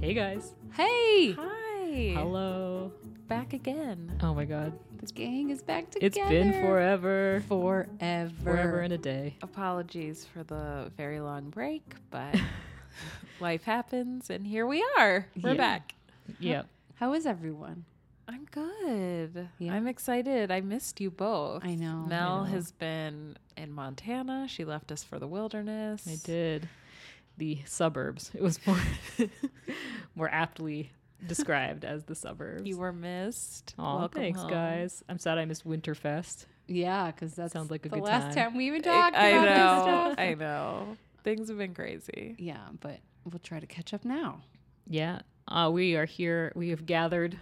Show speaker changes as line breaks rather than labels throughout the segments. Hey guys.
Hey!
Hi.
Hello.
Back again.
Oh my god.
The gang is back together.
It's been forever.
Forever.
Forever and a day.
Apologies for the very long break, but life happens and here we are. We're
Yeah.
back.
Yep.
How is everyone?
I'm good.
Yeah.
I'm excited. I missed you both.
I know, I
Mel
know.
has been in Montana. She left us for the wilderness.
I did. The suburbs. It was more more aptly described as the suburbs.
You were missed.
Aw,
Welcome
thanks
home.
guys. I'm sad I missed Winterfest.
Yeah, because that's
Sounds like a
the
good
last
time.
time we even
I,
talked
I
about
know.
this stuff.
I know. Things have been crazy.
Yeah, but we'll try to catch up now.
Yeah. Uh, we are here. We have gathered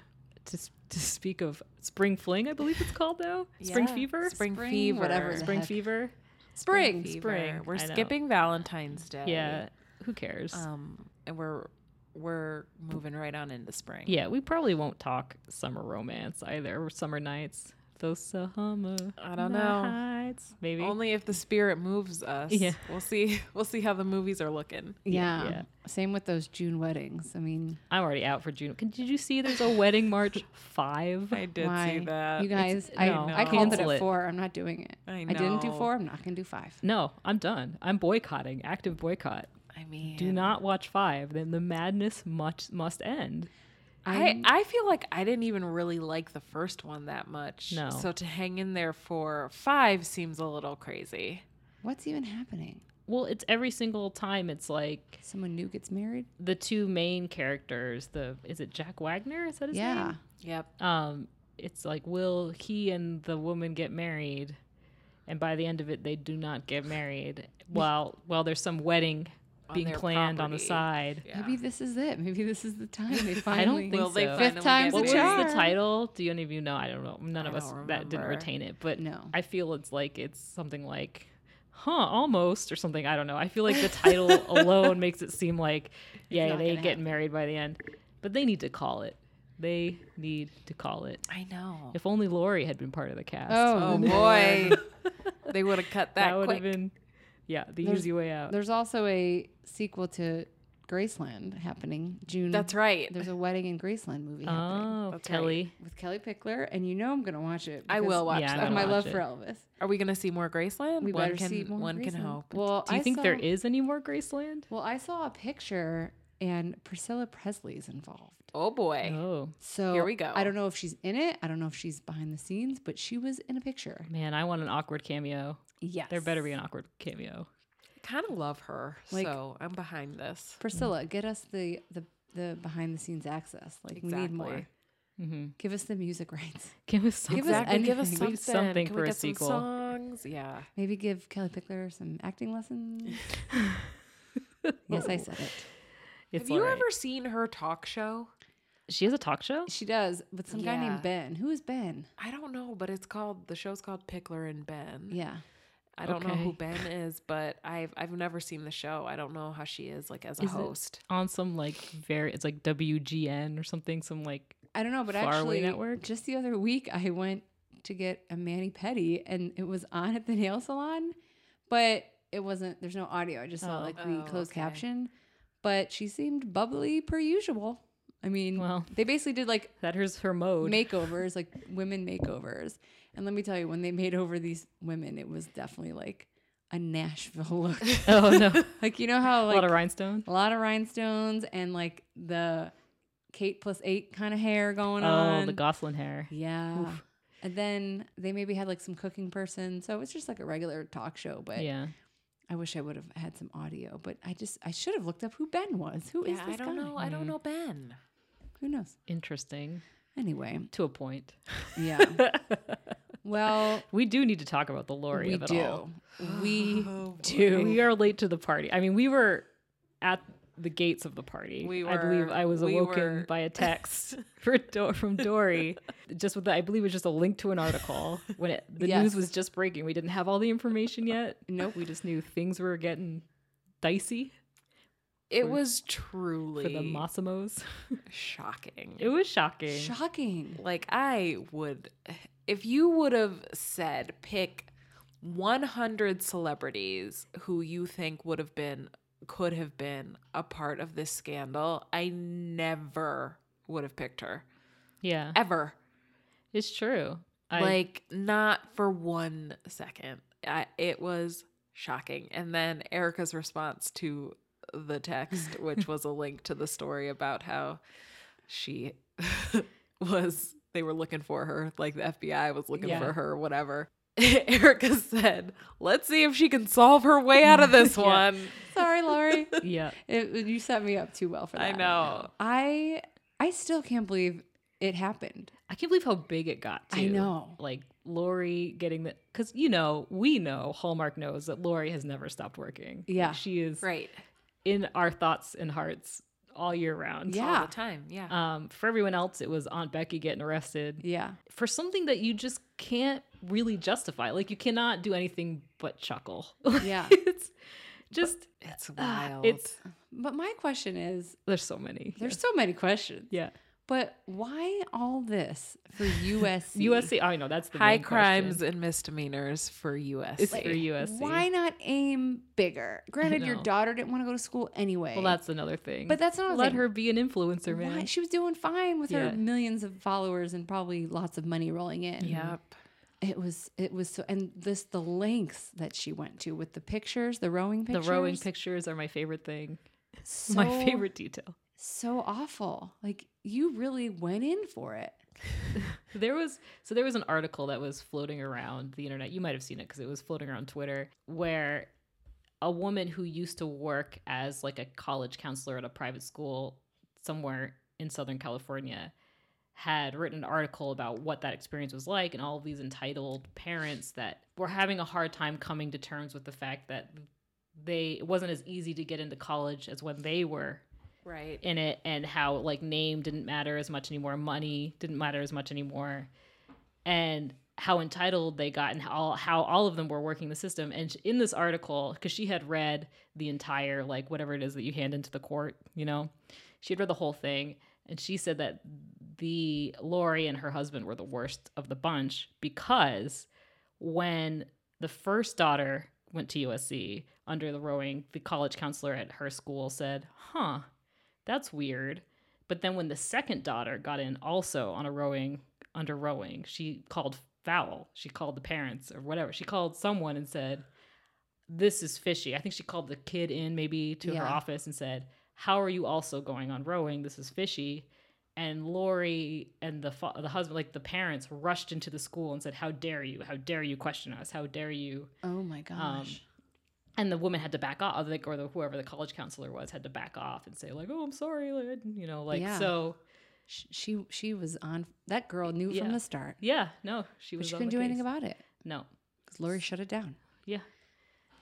to s- to speak of spring fling, I believe it's called now. Spring
Yeah.
fever.
Spring,
Spring,
fever.
whatever the
spring
heck.
fever.
Spring.
fever.
spring.
We're
I know.
skipping Valentine's Day.
Yeah. Who cares?
Um, and we're we're moving right on into spring.
Yeah, we probably won't talk summer romance either, or summer nights. Those uh, summer
I don't know.
nights, maybe.
Only if the spirit moves us.
Yeah.
We'll see we'll see how the movies are looking.
Yeah.
yeah.
Same with those June weddings. I mean,
I'm already out for June. Can- Did you see there's a wedding march five?
I did
why?
see that.
You guys, I,
no,
I called it
cancel
a
it.
four. I'm not doing it.
I
didn't do
know.
four. I'm not going to do five.
No, I'm done. I'm boycotting. Active boycott.
I mean
Do not watch five. Then the madness much must end.
I, I feel like I didn't even really like the first one that much.
No.
So to hang in there for five seems a little crazy.
What's even happening?
Well, it's every single time. It's like
Someone new gets married?
the two main characters. The is it Jack Wagner? Is that his name?
Yeah.
Yep.
um, it's like will he and the woman get married and by the end of it they do not get married while while there's some wedding
On
being
their
planned on the
property.
side
Yeah.
Maybe this is it. Maybe this is the time they finally.
I don't think
Will they
so.
finally
Fifth time's a
get
what was
What's
married?
the
charm.
title do you any of you know i don't know none
I
of us
don't
that didn't
remember.
retain it but
No.
i feel it's like it's something like huh almost or something i don't know i feel like the title alone makes it seem like yeah
not
they
gonna
get
happen.
married by the end but they need to call it they need to call it
I know.
if only Lori had been part of the cast.
Oh
Oh,
boy. they would have cut
that,
that,
would
quick.
have been, yeah, the
There's-
easy way out.
There's also a sequel to Graceland happening June.
That's right.
There's a wedding in Graceland movie happening
Oh,
That's right.
Kelly.
with Kelly Pickler, and you know I'm gonna watch it.
I
because
will watch
Yeah, I'm
that.
Of
gonna
my
watch
love
it.
for Elvis.
Are we gonna see more Graceland?
We
one
better
can
see more
one can
Graceland.
hope.
Well,
Do you
I
think there
saw-
is any more Graceland?
Well, I saw a picture, and Priscilla Presley's involved.
Oh boy.
Oh
So
Here we go.
I don't know if she's in it. I don't know if she's behind the scenes, but she was in a picture.
man, I want an awkward cameo.
Yes,
There better be an awkward cameo.
kind of love her,
Like-
so I'm behind this.
Priscilla, get us the the the behind the scenes access. Like we need more.
Exactly.
Mhm.
Give us the music rights.
Give us something.
Give us Exactly.
Give us
anything.
something.
Leave something
Can
for
we
a
get
sequel.
Some songs, yeah.
Maybe give Kelly Pickler some acting lessons. yes, I said it.
It's
Have you
alright.
ever seen her talk show?
She has a talk show.
She does with some guy
Yeah.
named Ben. Who is Ben?
I don't know, but it's called the show's called Pickler and Ben.
Yeah.
I don't know who
Okay.
Ben is, but I've I've never seen the show. I don't know how she is like as a
Is it-
host.
On some like very, it's like WGN or something. Some like
I don't know, but
Faraway
actually,
Network?
just the other week, I went to get a mani pedi, and it was on at the nail salon, but it wasn't. There's no audio. I just saw
Oh.
like the
Oh,
closed
okay.
caption, but she seemed bubbly per usual. I mean,
Well.
they basically did like
that. Here's her mode.
makeovers, like women makeovers. And let me tell you, when they made over these women, it was definitely like a Nashville look.
oh no,
like you know how
a
like
lot of rhinestone.
rhinestones and like the Kate plus eight kind of hair going
Oh,
on.
the Goslin hair.
yeah.
Oof.
And then they maybe had like some cooking person. So it was just like a regular talk show, but
Yeah,
I wish I would have had some audio. But I just I should have looked up who Ben was. Who is
yeah,
this
I don't
guy?
know. I don't know Ben.
Who knows?
interesting
Anyway.
to a point.
Yeah. well,
We do need to talk about the Lori
we
of it
do.
all.
We
do. We are late to the party. I mean, we were at the gates of the party.
We
I believe
were-
I was
we
awoken
were-
by a text for Do- from Dory, just with the, I believe it was just a link to an article when it, the news
Yes.
was just breaking. We didn't have all the information yet.
Nope.
We just knew things were getting dicey
It was truly
for the Massimos.
shocking.
It was shocking.
shocking.
Like I would if you would have said pick 100 celebrities who you think would have been could have been a part of this scandal, I never would have picked her
Yeah,
ever.
it's true. I,
like not for one second. I, it was shocking. And then Erica's response to the text, which was a link to the story about how she was they were looking for her, like the FBI was looking
Yeah.
for her, whatever. Erica said, "Let's see if she can solve her way out of this
Yeah.
one."
Sorry, Lori.
yeah,
It, you set me up too well for that.
I know.
I I still can't believe it happened.
I can't believe how big it got.
I
too.
know.
like Lori getting the because you know we know Hallmark knows that Lori has never stopped working.
Yeah.
she is
Right.
in our thoughts and hearts all year round.
Yeah.
All the time. Yeah.
Um, for everyone else, it was Aunt Becky getting arrested
Yeah.
for something that you just can't really justify. Like you cannot do anything but chuckle.
Yeah.
it's just
it's
ah,
wild.
it's
But my question is,
there's so many.
there's so many questions.
yeah.
But why all this for USC?
USC. oh, I know that's the
high
main question.
crimes and misdemeanors for US.
It's for USC.
Why not aim bigger? Granted, your
know.
daughter didn't want to go to school anyway.
Well, that's another thing.
but that's not a
let
thing.
her be an influencer, man.
Why? She was doing fine with
Yeah.
her millions of followers and probably lots of money rolling in.
Yep.
It was it was so and this the lengths that she went to with the pictures, the rowing
The
pictures.
rowing pictures are my favorite thing.
So,
my favorite detail.
So awful. Like you really went in for it.
There was so there was an article that was floating around the internet. You might have seen it because it was floating around Twitter where a woman who used to work as like a college counselor at a private school somewhere in Southern California had written an article about what that experience was like and all of these entitled parents that were having a hard time coming to terms with the fact that they it wasn't as easy to get into college as when they were
Right.
in it and how like name didn't matter as much anymore, money didn't matter as much anymore, and how entitled they got and how how all of them were working the system. And sh- in this article, because she had read the entire like whatever it is that you hand into the court, you know, she had read the whole thing, and she said that the Lori and her husband were the worst of the bunch because when the first daughter went to USC under the rowing, the college counselor at her school said, "Huh, that's weird. But then when the second daughter got in also on a rowing under rowing, she called foul. She called the parents or whatever. She called someone and said, This is fishy. I think she called the kid in maybe to her
Yeah.
office and said, How are you also going on rowing? This is fishy. And Lori and the fa- the husband, like the parents, rushed into the school and said, "How dare you? How dare you question us? How dare you?"
Oh
Um,
my gosh.
and the woman had to back off like or the whoever the college counselor was had to back off and say like oh i'm sorry like, I didn't," you know like
Yeah.
so
Sh she she was on that girl knew
Yeah.
from the start.
yeah no she
But
was
she
on
couldn't
the
do anything
case.
about it.
no
Because Lori shut it down.
yeah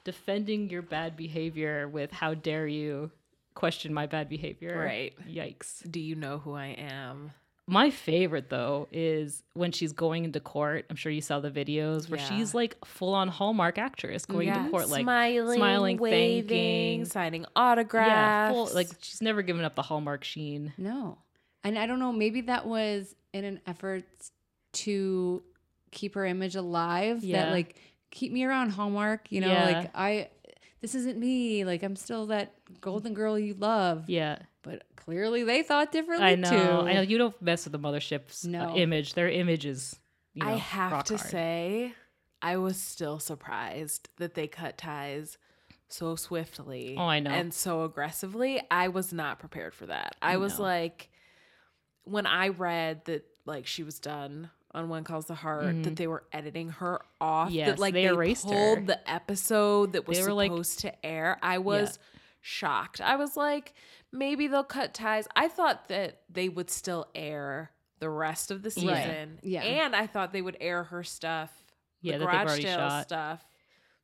defending your bad behavior with how dare you question my bad behavior
Right.
yikes
Do you know who I am?
my favorite though is when she's going into court i'm sure you saw the videos where
Yeah.
she's like full-on hallmark actress going into court like
smiling,
smiling,
waving,
thanking.
signing
yeah
autographs.
full, like she's never given up the hallmark sheen
No. And I don't know, maybe that was in an effort to keep her image alive.
Yeah.
That like keep me around Hallmark, you know,
Yeah.
like I this isn't me. Like I'm still that golden girl you love.
yeah
But clearly they thought differently
I know.
too.
I know you don't mess with the mothership's uh,
No.
image. Their image is. You know,
I have
rock
to
hard.
say, I was still surprised that they cut ties so swiftly.
Oh, I know.
And so aggressively. I was not prepared for that. I was
No.
like, when I read that, like, she was done on One Calls the Heart, that they were editing her off,
Mm-hmm. Yes,
that, like,
they erased
pulled
her.
the episode that was
They were, like-
supposed to air. I was. Shocked. I was like, maybe they'll cut ties. I thought that they would still air the rest of the season.
Right.
Yeah.
And I thought they would air her stuff,
Yeah, that
the
they've
garage
already
sale
shot.
stuff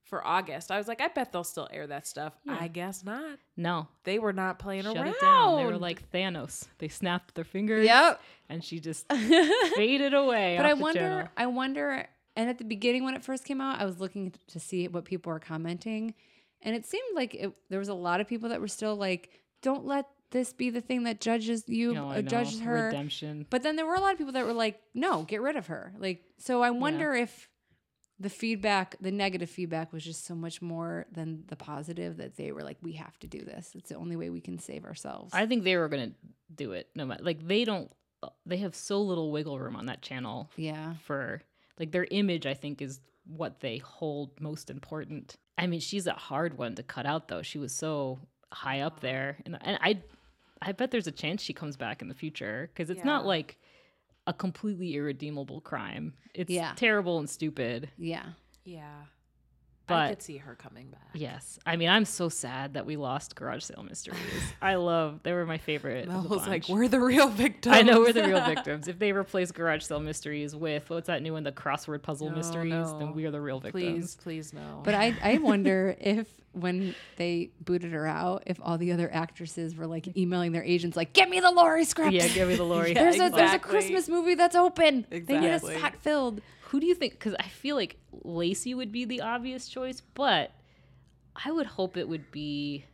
for August. I was like, I bet they'll still air that stuff.
Yeah.
I guess not.
No,
They were not playing
shut
around.
it down. They were like Thanos. They snapped their fingers.
Yep.
and she just faded away.
But
off
I
the
wonder
channel.
I wonder and at the beginning when it first came out, I was looking to see what people were commenting. And it seemed like it, there was a lot of people that were still like, Don't let this be the thing that judges you
No, I
uh,
know.
judges her.
redemption.
But then there were a lot of people that were like, no, get rid of her. Like, so I wonder if the feedback, the negative feedback was just so much more than the positive that they were like, we have to do this. It's the only way we can save ourselves.
I think they were gonna do it no matter. Like they don't. They have so little wiggle room on that channel
yeah.
for like their image. I think is what they hold most important. I mean, she's a hard one to cut out though. She was so high up there, and and I, I bet there's a chance she comes back in the future because it's not
Yeah.
like a completely irredeemable crime. It's
Yeah.
terrible and stupid.
Yeah.
Yeah. I
But-
could see her coming back.
Yes, I mean, I'm so sad that we lost Garage Sale Mysteries. I love they were my favorite.
Mel
of the
was like,
bunch.
we're the real victims.
I know we're the real victims. If they replace Garage Sale Mysteries with what's that new one, the crossword puzzle
No,
mysteries,
no.
then we are the real
please,
victims.
please no.
But I, I wonder if when they booted her out, if all the other actresses were like emailing their agents, like, get me the Laurie script.
Yeah, give me the Lori.
Yeah,
there's, a, there's a
exactly.
Christmas movie that's open. They need a
Exactly.
spot filled.
Who do you think? Because I feel like Lacey would be the obvious choice, but I would hope it would be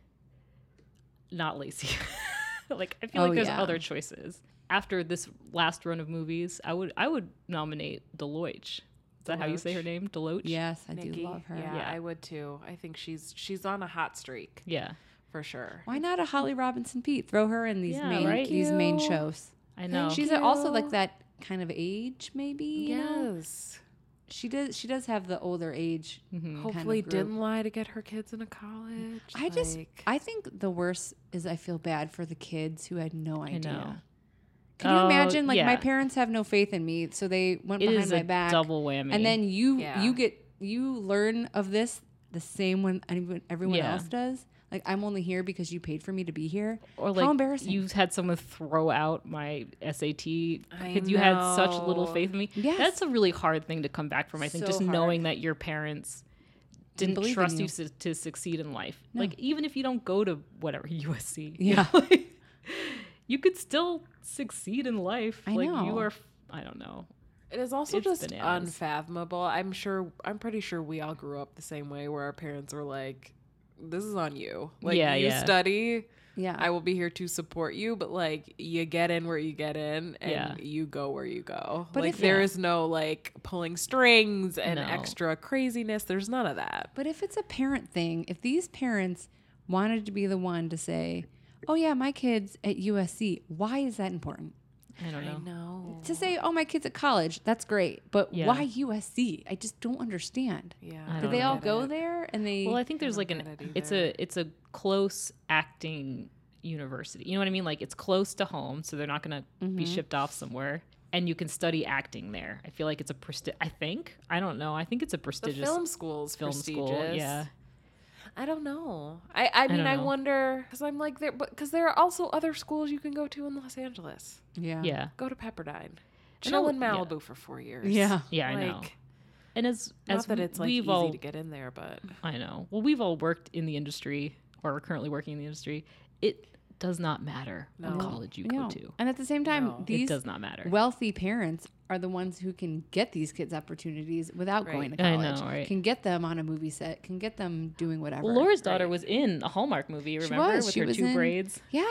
not Lacey. like I feel
Oh,
like there's
yeah.
other choices. After this last run of movies, I would I would nominate Deloach. Is that how you say her
Deloach.
name? Deloach.
Yes, I do
Nikki.
love her.
Yeah,
Yeah.
I would too. I think she's she's on a hot streak
Yeah.
for sure.
Why not a Holly Robinson Pete? Throw her in these
Yeah,
main
right?
these main
Thank you.
shows.
I know.
She's
Thank
also
you.
like that kind of age, maybe. you know?
Yes.
she does. She does have the older age.
Mm-hmm.
kind of
Hopefully
group.
didn't lie to get her kids into college.
I just.
like-
I think the worst is I feel bad for the kids who had no idea.
know.
Can you
Oh,
imagine? Like my
yeah.
parents have no faith in me, so they went
it
behind
is
my
a
back.
double whammy.
and then you
Yeah.
you get you learn of this the same when anyone everyone
Yeah.
else does. Like I'm only here because you paid for me to be here.
or like
embarrassing.
you had someone throw out my SAT because you had such little
know.
faith in me.
Yes.
That's a really hard thing to come back from. I think
So
just
hard.
knowing that your parents
Didn't
didn't,
believe in
trust
you.
you, to, to succeed in life.
No.
Like even if you don't go to whatever USC, you
Yeah.
know, like, you could still succeed in life.
I
like
know.
you are. f- I don't know.
It is also
It's
just
bananas.
unfathomable. I'm sure. I'm pretty sure we all grew up the same way, where our parents were like, "This is on you. Like
Yeah,
you
yeah.
study.
Yeah.
I will be here to support you, but like you get in where you get in, and
Yeah.
you go where you go.
But
like
if-
there
yeah.
is no like pulling strings and
No.
extra craziness. There's none of that.
But if it's a parent thing, if these parents wanted to be the one to say, "Oh yeah, my kids at USC," why is that important?
I don't know.
know.
To say, "Oh, my kids at college," that's great, but
Yeah.
why USC? I just don't understand.
Yeah.
I
Did
don't
they all
get
go there and they?
Well, I think there's
don't
like an
get it
it's
either.
a it's a close acting university. You know what I mean? Like it's close to home, so they're not going to
Mm-hmm.
be shipped off somewhere and you can study acting there. I feel like it's a presti- I think. I don't know. I think it's a
The
prestigious
film school's
film
prestigious.
school. Yeah.
I don't know. I, I mean,
don't
I,
know.
wonder because I'm like there, because there are also other schools you can go to in Los Angeles.
yeah,
Yeah.
Go to Pepperdine.
Chill-
Chill in
yeah.
Malibu for four years.
yeah.
Yeah, I know.
Like,
And as
Not
as
that
we-
it's like
we've
easy
all
to get in there, but
I know. Well, we've all worked in the industry or are currently working in the industry. It does not matter
No.
what college you
No.
go to.
Oh. And at the same time,
No. It
It
these
does not matter.
wealthy parents are the ones who can get these kids opportunities without going to
Right.
I
college.
know, right.
Can get them on a movie set. Can get them doing whatever.
Well, Laura's daughter was in a Hallmark movie,
She
remember?
was.
With
She
her
was
two
in-
braids.
yeah,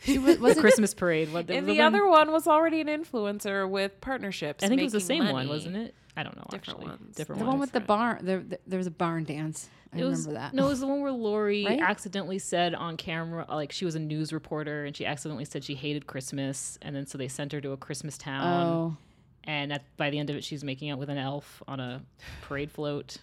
she was. was
the
it-
Christmas parade. What
and the other one was already an influencer with partnerships.
I think it was the
making
same one,
money.
wasn't it? I don't know.
Different
actually.
ones.
Different
The
one.
one with the barn. There, there, there was a barn dance. I
It was,
remember that.
No, it was the one where Lori
Right?
accidentally said on camera, like she was a news reporter, and she accidentally said she hated Christmas, and then so they sent her to a Christmas town,
Oh,
and at, by the end of it, she's making out with an elf on a parade float.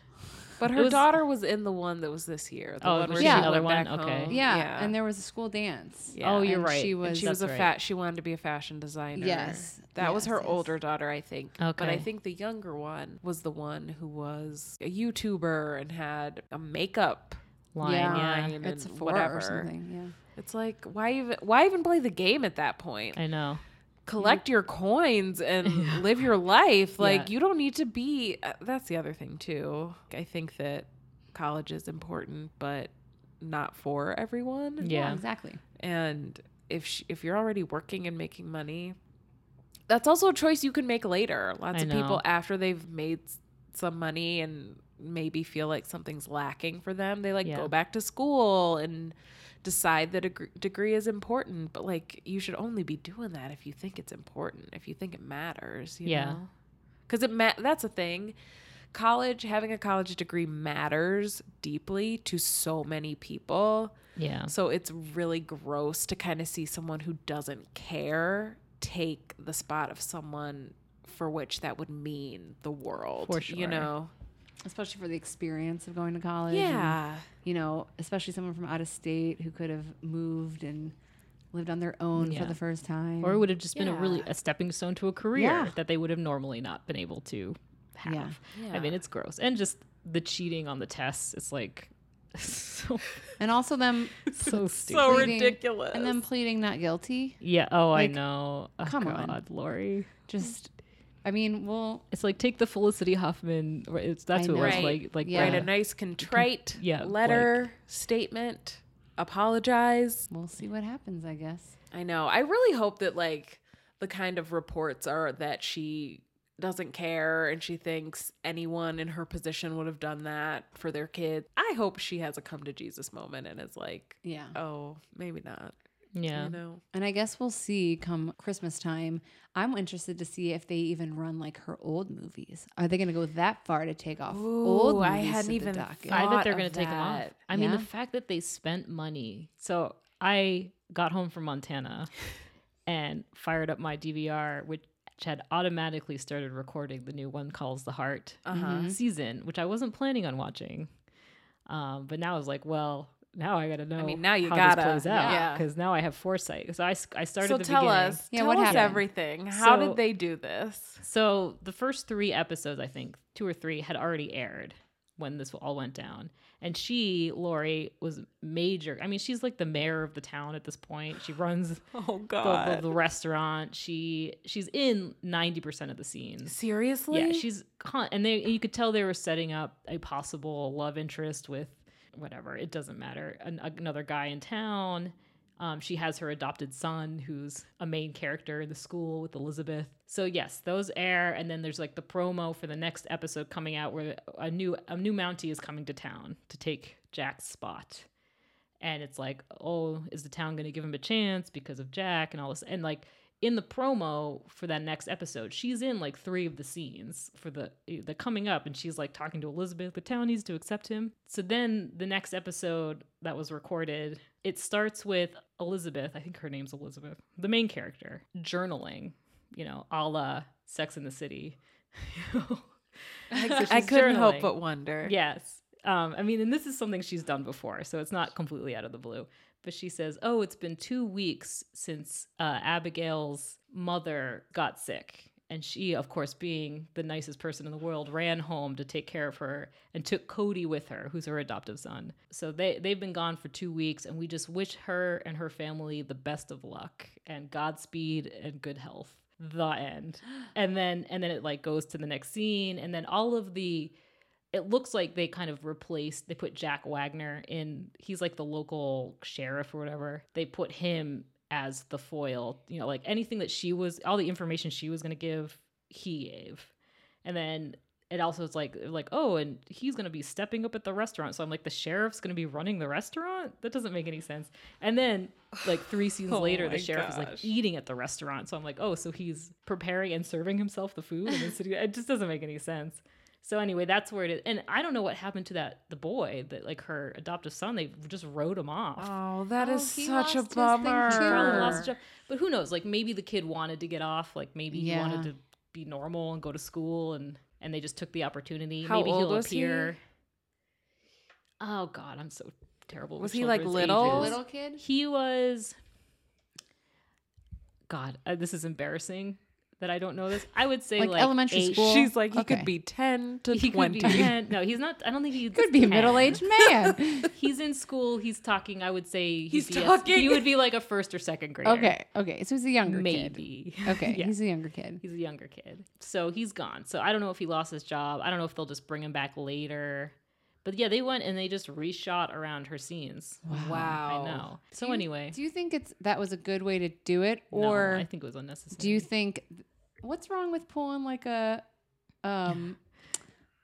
But her
was-
daughter was in the one that was this year. The
Oh,
one
was
where
she in
she
the
other
went
one?
back
Okay.
home.
yeah. And there was a school dance.
Yeah.
Oh, you're
And
right.
she
And
was-
And she was a
that's right.
fat. She wanted to be a fashion designer.
Yes.
that was
Yes,
her
yes.
older daughter, I think. but I
Okay.
think the younger one was the one who was a YouTuber and had a makeup
Line, yeah.
line
It's a
and
four
whatever.
or something.
It's like why even why even play the game at that point?
I know.
Collect your coins and live your life. Like
Yeah.
you don't need to be. uh, That's the other thing too. I think that college is important, but not for everyone
Yeah.
Yeah.
Exactly.
and if sh if you're already working and making money that's also a choice you can make later lots
I
of people
know.
after they've made s- some money and maybe feel like something's lacking for them they like
Yeah.
go back to school and decide that a gr- degree is important but like you should only be doing that if you think it's important if you think it matters you
Yeah.
because it ma- that's a thing college, having a college degree matters deeply to so many people.
Yeah.
So it's really gross to kind of see someone who doesn't care take the spot of someone for which that would mean the world.
For
You
sure.
know?
especially for the experience of going to college. and,
Yeah.
you know, especially someone from out of state who could have moved and lived on their own
Yeah.
for the first time.
Or it would have just been a really
Yeah.
a stepping stone to a career
Yeah.
that they would have normally not been able to have.
Yeah.
I mean, it's gross. And just the cheating on the tests, it's like so
and also them
so stupid.
so
pleading-
ridiculous.
and them pleading not guilty.
yeah. Oh,
Like,
I know. Oh,
come on.
God, Lori.
Just, I mean, well,
It's like take the Felicity Huffman. or It's that's
I
what it was
know. Right.
like. Like
Yeah.
write
the-
a nice contrite
yeah,
letter statement apologize
we'll see what happens. I guess.
i know i really hope that like the kind of reports are that she doesn't care and she thinks anyone in her position would have done that for their kid i hope she has a come to jesus moment and is like
Yeah.
oh maybe not
yeah.
you know
And I guess we'll see come Christmas time. I'm interested to see if they even run like her old movies. Are they going to go that far to take off old
Ooh,
movies?
I hadn't
to the
even
docket?
thought-
I bet they're
of
going to take them off.
that.
I mean, the
Yeah.
fact that they spent money. So I got home from Montana and fired up my DVR, which had automatically started recording the new One Calls the Heart
uh-huh
season, which I wasn't planning on watching. Um, but now I was like, well, now I got to know.
mean, now you
how
gotta,
this plays out
yeah.
because now I have foresight. So I, s- I started.
so
the
tell
beginning.
us
Yeah,
tell
what
us
happened?
everything how
So-
did they do this
So the first three episodes, I think, two or three, had already aired when this all went down. And she, Lori, was major. I mean, she's like the mayor of the town at this point. She runs
oh
the, the, the restaurant. She she's in ninety percent of the scenes.
seriously
Yeah, she's con- and they you could tell they were setting up a possible love interest with whatever it doesn't matter an, another guy in town. Um, she has her adopted son, who's a main character in the school with Elizabeth. So yes, those air, and then there's like the promo for the next episode coming out, where a new a new Mountie is coming to town to take Jack's spot and it's like, oh, is the town going to give him a chance because of Jack and all this? And like in the promo for that next episode, she's in like three of the scenes for the the coming up, and she's like talking to Elizabeth. The town needs to accept him. So then the next episode that was recorded, it starts with Elizabeth. I think her name's Elizabeth, the main character, journaling. You know, a la Sex in the City.
i
journaling.
couldn't help but wonder
Yes. Um, I mean, and this is something she's done before, so it's not completely out of the blue. But she says, Oh, it's been two weeks since uh, Abigail's mother got sick. And she, of course, being the nicest person in the world, ran home to take care of her and took Cody with her, who's her adoptive son. So they, they've been gone for two weeks, and we just wish her and her family the best of luck and Godspeed and good health. The end. And then and then it like goes to the next scene, and then all of the it looks like they kind of replaced they put Jack Wagner in he's like the local sheriff or whatever. They put him as the foil, you know, like anything that she was all the information she was going to give, he gave. And then it also is like like oh and he's going to be stepping up at the restaurant. So I'm like the sheriff's going to be running the restaurant? That doesn't make any sense. And then like 3 seasons
Oh
later the
my
sheriff is like
gosh.
eating at the restaurant. So I'm like oh so he's preparing and serving himself the food and then sitting it just doesn't make any sense. So anyway, that's where it is. And I don't know what happened to that the boy that like her adoptive son. They just wrote him off.
Oh, that
Oh,
is
he
such a
lost his thing
bummer.
too.
He probably lost his
sure.
job. But who knows? Like maybe the kid wanted to get off. Like maybe he wanted
Yeah.
to be normal and go to school, and and they just took the opportunity.
How
maybe
old
he'll
was he?
appear. Oh God, I'm so terrible. with
Was he, like,
children's
little?
ages.
Little kid.
He was. God, uh, this is embarrassing that I don't know this. I would say
Like
like,
elementary
eight.
school?
She's like, he
Okay.
could be 10 to
He could
20.
be 10. No, he's not. I don't think he
Could be a middle aged man.
He's in school. He's talking. I would say he'd
He's
be a-
talking.
he would be like a first or second grader.
okay. Okay. So he's a younger kid.
maybe.
Okay.
yeah.
He's a younger kid.
He's a younger kid. So he's gone. So I don't know if he lost his job. I don't know if they'll just bring him back later. But yeah, they went and they just reshot around her scenes.
Wow.
I know. So
Do you-
anyway,
Do you think it's that was a good way to do it,
no,
or
I think it was unnecessary.
do you think what's wrong with pulling like a um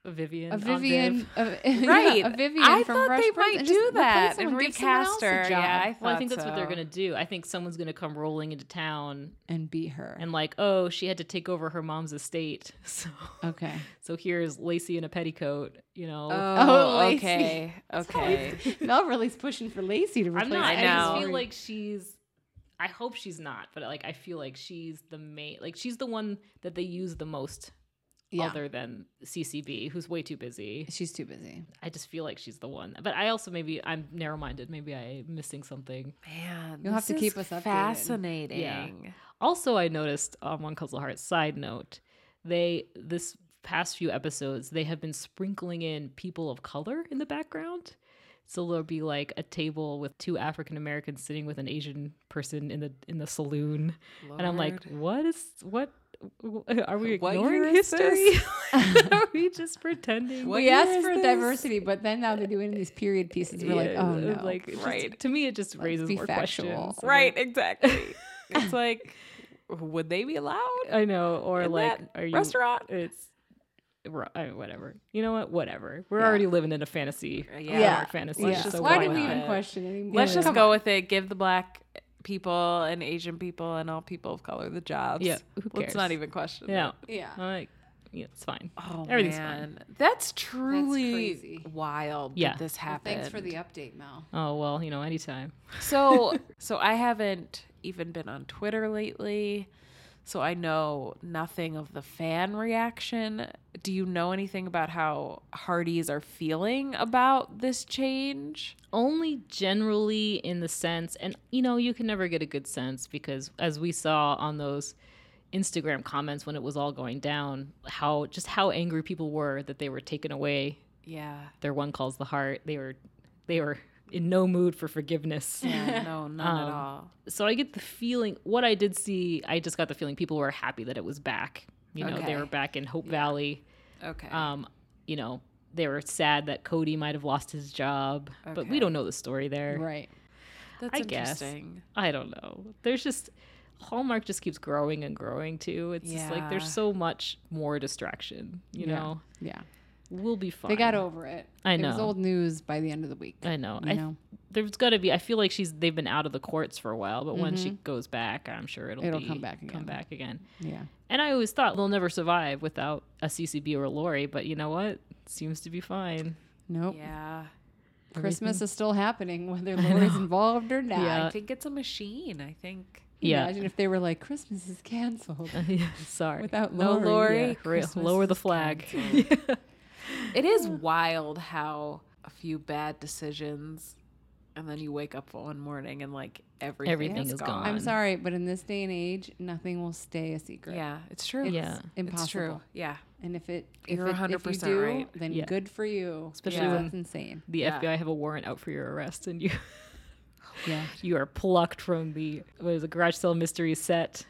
a Vivian.
a
on
Vivian,
Viv.
a,
Right.
right? A Vivian
I
from
thought
Fresh
they
Prince
might
and
do
just replace
that
someone,
and
give someone else
recast
a
her. Yeah,
job
I
Well, I think
thought
that's what they're
so.
uh,
gonna do. I think someone's gonna come rolling into town
and beat her.
and like, oh, she had to take over her mom's estate. So,
okay,
so here's Lacey in a petticoat. You know,
Oh,
Oh,
Lacey.
okay, okay.
Mel really's pushing for Lacey to replace.
I'm not.
I
I, just
know.
feel like she's. I hope she's not, but like I feel like she's the main. Like she's the one that they use the most,
yeah,
other than CCB, who's way too busy.
she's too busy.
I just feel like she's the one. But I also maybe I'm narrow minded. Maybe I'm missing something.
Man,
You'll have
this
to keep
is
us updated.
Fascinating.
Also, I noticed um, on Puzzle Heart. Side note, they this past few episodes they have been sprinkling in people of color in the background. So there'll be like a table with two African Americans sitting with an Asian person in the in the saloon, and I'm like,
Lord.
what is what? Are we
What
ignoring
year is
history?
this?
are we just pretending?
What
we
year
asked
is
for
this?
diversity, but then now they're doing these period pieces. We're like,
Yeah,
oh
I'm
no,
like, it's just-
Right.
to me, it just
Let's
raises
be
more
factual.
questions. I'm
right,
like,
exactly. it's like, would they be allowed?
I know. Or
in
like,
that
are you?
restaurant?
It's ro- I mean, whatever. You know what? Whatever. We're
Yeah.
already living in a fantasy.
Yeah.
Yeah. Fantasy.
Let's
yeah.
just
so
why
go
did we
with
even
it.
question anymore?
Let's just
Come
go
on.
with it. Give the black people and Asian people and all people of color the jobs.
Yeah, who
Let's not
cares?
even question.
You know,
Yeah.
I'm like, yeah, it's fine.
that. Oh
Everything's
man, that's truly
crazy.
wild.
Yeah.
that this
Well,
happened.
thanks for the update, Mel.
Oh well, you know, anytime.
So so I haven't even been on Twitter lately. So I know nothing of the fan reaction. Do you know anything about how Hardys are feeling about this change?
Only generally in the sense, and you know, you can never get a good sense because, as we saw on those Instagram comments when it was all going down, how just how angry people were that they were taken away
Yeah.
their one calls the heart. They were they were in no mood for forgiveness.
Yeah, no, none
Um,
at all.
so I get the feeling what I did see, I just got the feeling people were happy that it was back. You know,
Okay.
they were back in Hope Valley.
Okay.
Um, you know, they were sad that Cody might have lost his job, but
Okay.
we don't know the story there.
Right.
That's
I guess.
interesting.
I don't know. There's just Hallmark just keeps growing and growing too. It's just like
Yeah.
there's so much more distraction, you
Yeah.
know.
Yeah.
We'll be fine.
They got over it.
I
It was
know.
old news by the end of the week.
I know.
You
I
know,
there's got to be. I feel like she's they've been out of the courts for a while, but when she goes back, I'm sure it'll
Mm-hmm. It'll
be-
come back again.
Come back again.
yeah.
And I always thought they'll never survive without a CCB or a Lori, but you know what? Seems to be fine. Oh.
Nope.
Yeah.
Christmas is still happening, whether Lori's involved or not.
Yeah.
I think it's a machine. I think.
Yeah.
Imagine if they were like, Christmas is canceled
Sorry.
without
No
Lori.
Lori.
Yeah, for real.
Christmas
Lower the
is
flag.
It is wild how a few bad decisions and then you wake up one morning and like everything,
Everything
is
is
gone.
gone.
I'm
on.
sorry, but in this day and age, nothing will stay a secret.
Yeah, it's true.
yeah.
Impossible.
It's true. Yeah.
And if it, if,
You're
it, if you
100%
do,
right.
then
Yeah.
good for you.
Especially
Because
when-
that's insane.
The
Yeah.
FBI have a warrant out for your arrest, and you
Yeah.
you are plucked from the what is a garage sale mystery set.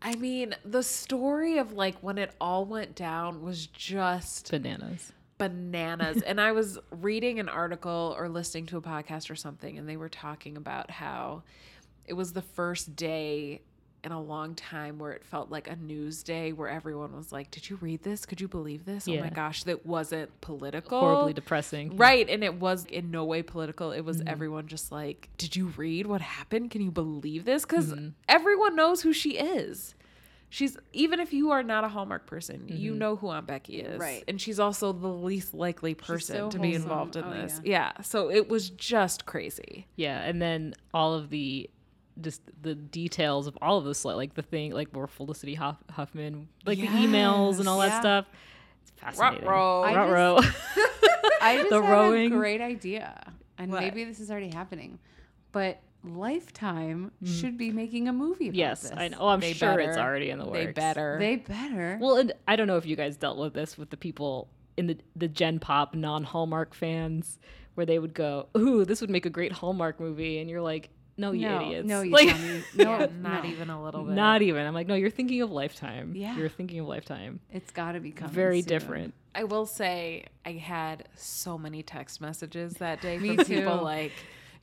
I mean, the story of like when it all went down was just
Bananas.
bananas. and I was reading an article or listening to a podcast or something, and they were talking about how it was the first day in a long time where it felt like a news day where everyone was like, Did you read this? Could you believe this? Oh
Yeah.
my gosh, that wasn't political.
Horribly depressing.
Oh. Right. And it was in no way political. It
Mm-hmm.
was everyone just like, Did you read what happened? Can you believe this? Because
Mm-hmm.
everyone knows who she is. She's, even if you are not a Hallmark person, you know who Aunt Becky is.
Mm-hmm. Right.
And she's also the least likely person
so
to be
wholesome.
involved in
Oh,
this. Yeah. So it was just crazy.
Yeah, and then all of the just the details of all of this, like, like the thing, like where Felicity Huff, Huffman, like the emails and all
Yes. Yeah.
that stuff. It's fascinating.
Ruh-roh. I
Ruh-roh.
I just
The
had
rowing.
a great idea, and
What?
maybe this is already happening, but Lifetime should be making a movie. About
Mm-hmm. yes,
this.
I know. Oh, I'm
They
sure it's
better.
already in the works.
They better.
They better.
Well, and I don't know if you guys dealt with this with the people in the the Gen Pop non Hallmark fans, where they would go, "Ooh, this would make a great Hallmark movie," and you're like, "No, you
no,
idiots!
no, you
like,
dummy. no,
Yeah,
not
not
even.
even a little bit.
not even." I'm like, "No, you're thinking of Lifetime.
Yeah.
you're thinking of Lifetime.
It's got to be coming.
Very
soon.
different."
I will say I had so many text messages that day
Me
from
too.
people like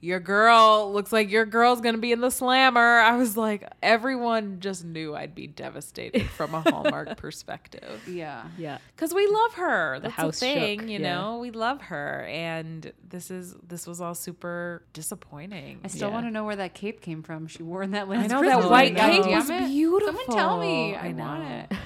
your girl looks like your girl's gonna be in the slammer. I was like, everyone just knew I'd be devastated from a Hallmark perspective
Yeah.
Yeah.
because we love her. That's the
house
thing,
shook,
you
yeah.
know. We love her, and this is this was all super disappointing.
I still
Yeah.
want to know where that cape came from. She wore in that
I
last
know
Christmas.
that white
God
cape
damn
was
it.
beautiful.
Someone tell me. I, want
know.
it.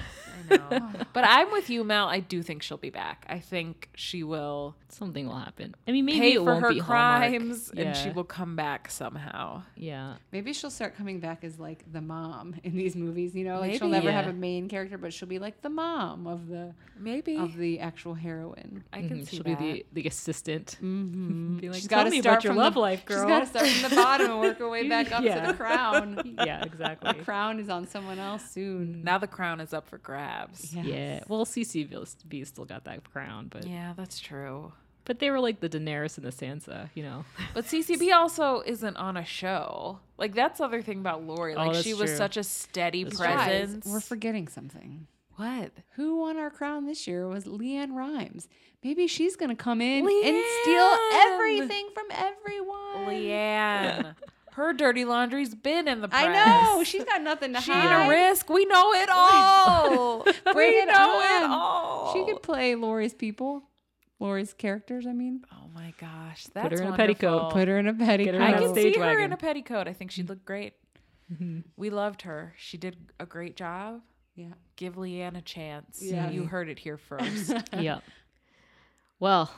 I know. But I'm with you, Mel. I do think she'll be back. I think she will
Something will happen. I mean, maybe
pay
it
for
won't
her
be Hallmark.
crimes,
Yeah.
and she will come back somehow.
Yeah.
Maybe she'll start coming back as like the mom in these movies. You know, like she'll
Maybe.
never
Yeah.
have a main character, but she'll be like the mom of the
Maybe
of the actual heroine.
Oh, I can
Mhm.
see
She'll
that.
be the the assistant.
Mm-hmm.
Be like,
She's
"Tell
gotta
me
start
about your
from
love
the-
life, girl.
She's got to start from the bottom and work her way back up to
Yeah.
the crown.
yeah,
The
exactly.
crown is on someone else soon.
now the crown is up for grabs.
Yes.
Yeah. Well, CCB still got that crown, but
Yeah, that's true.
but they were like the Daenerys and the Sansa, you know.
But CCB also isn't on a show. Like that's the other thing about Lori.
Oh,
Like
that's
she was
true.
such a steady
That's true.
Guys,
presence.
we're forgetting something.
what?
Who won our crown this year was Leanne Rhymes. Maybe she's going to come in and steal
Leanne!
everything from everyone.
Leanne. Her dirty laundry's been in the press.
I know. She's got nothing to
She
hide.
a risk. We know it all.
Bring
we
it
know it
on.
all.
She could play Lori's people, Lori's characters, I mean.
Oh my gosh. That's
her in a
wonderful.
petticoat.
Put her in a petticoat.
her in
I
on a
can
stage
see Oh, her
wagon.
in a Mm-hmm. petticoat. I think she looked great. We loved her. She did a great job.
Yeah.
Give Leanne a chance.
Yeah.
You heard it here first.
yeah. Well,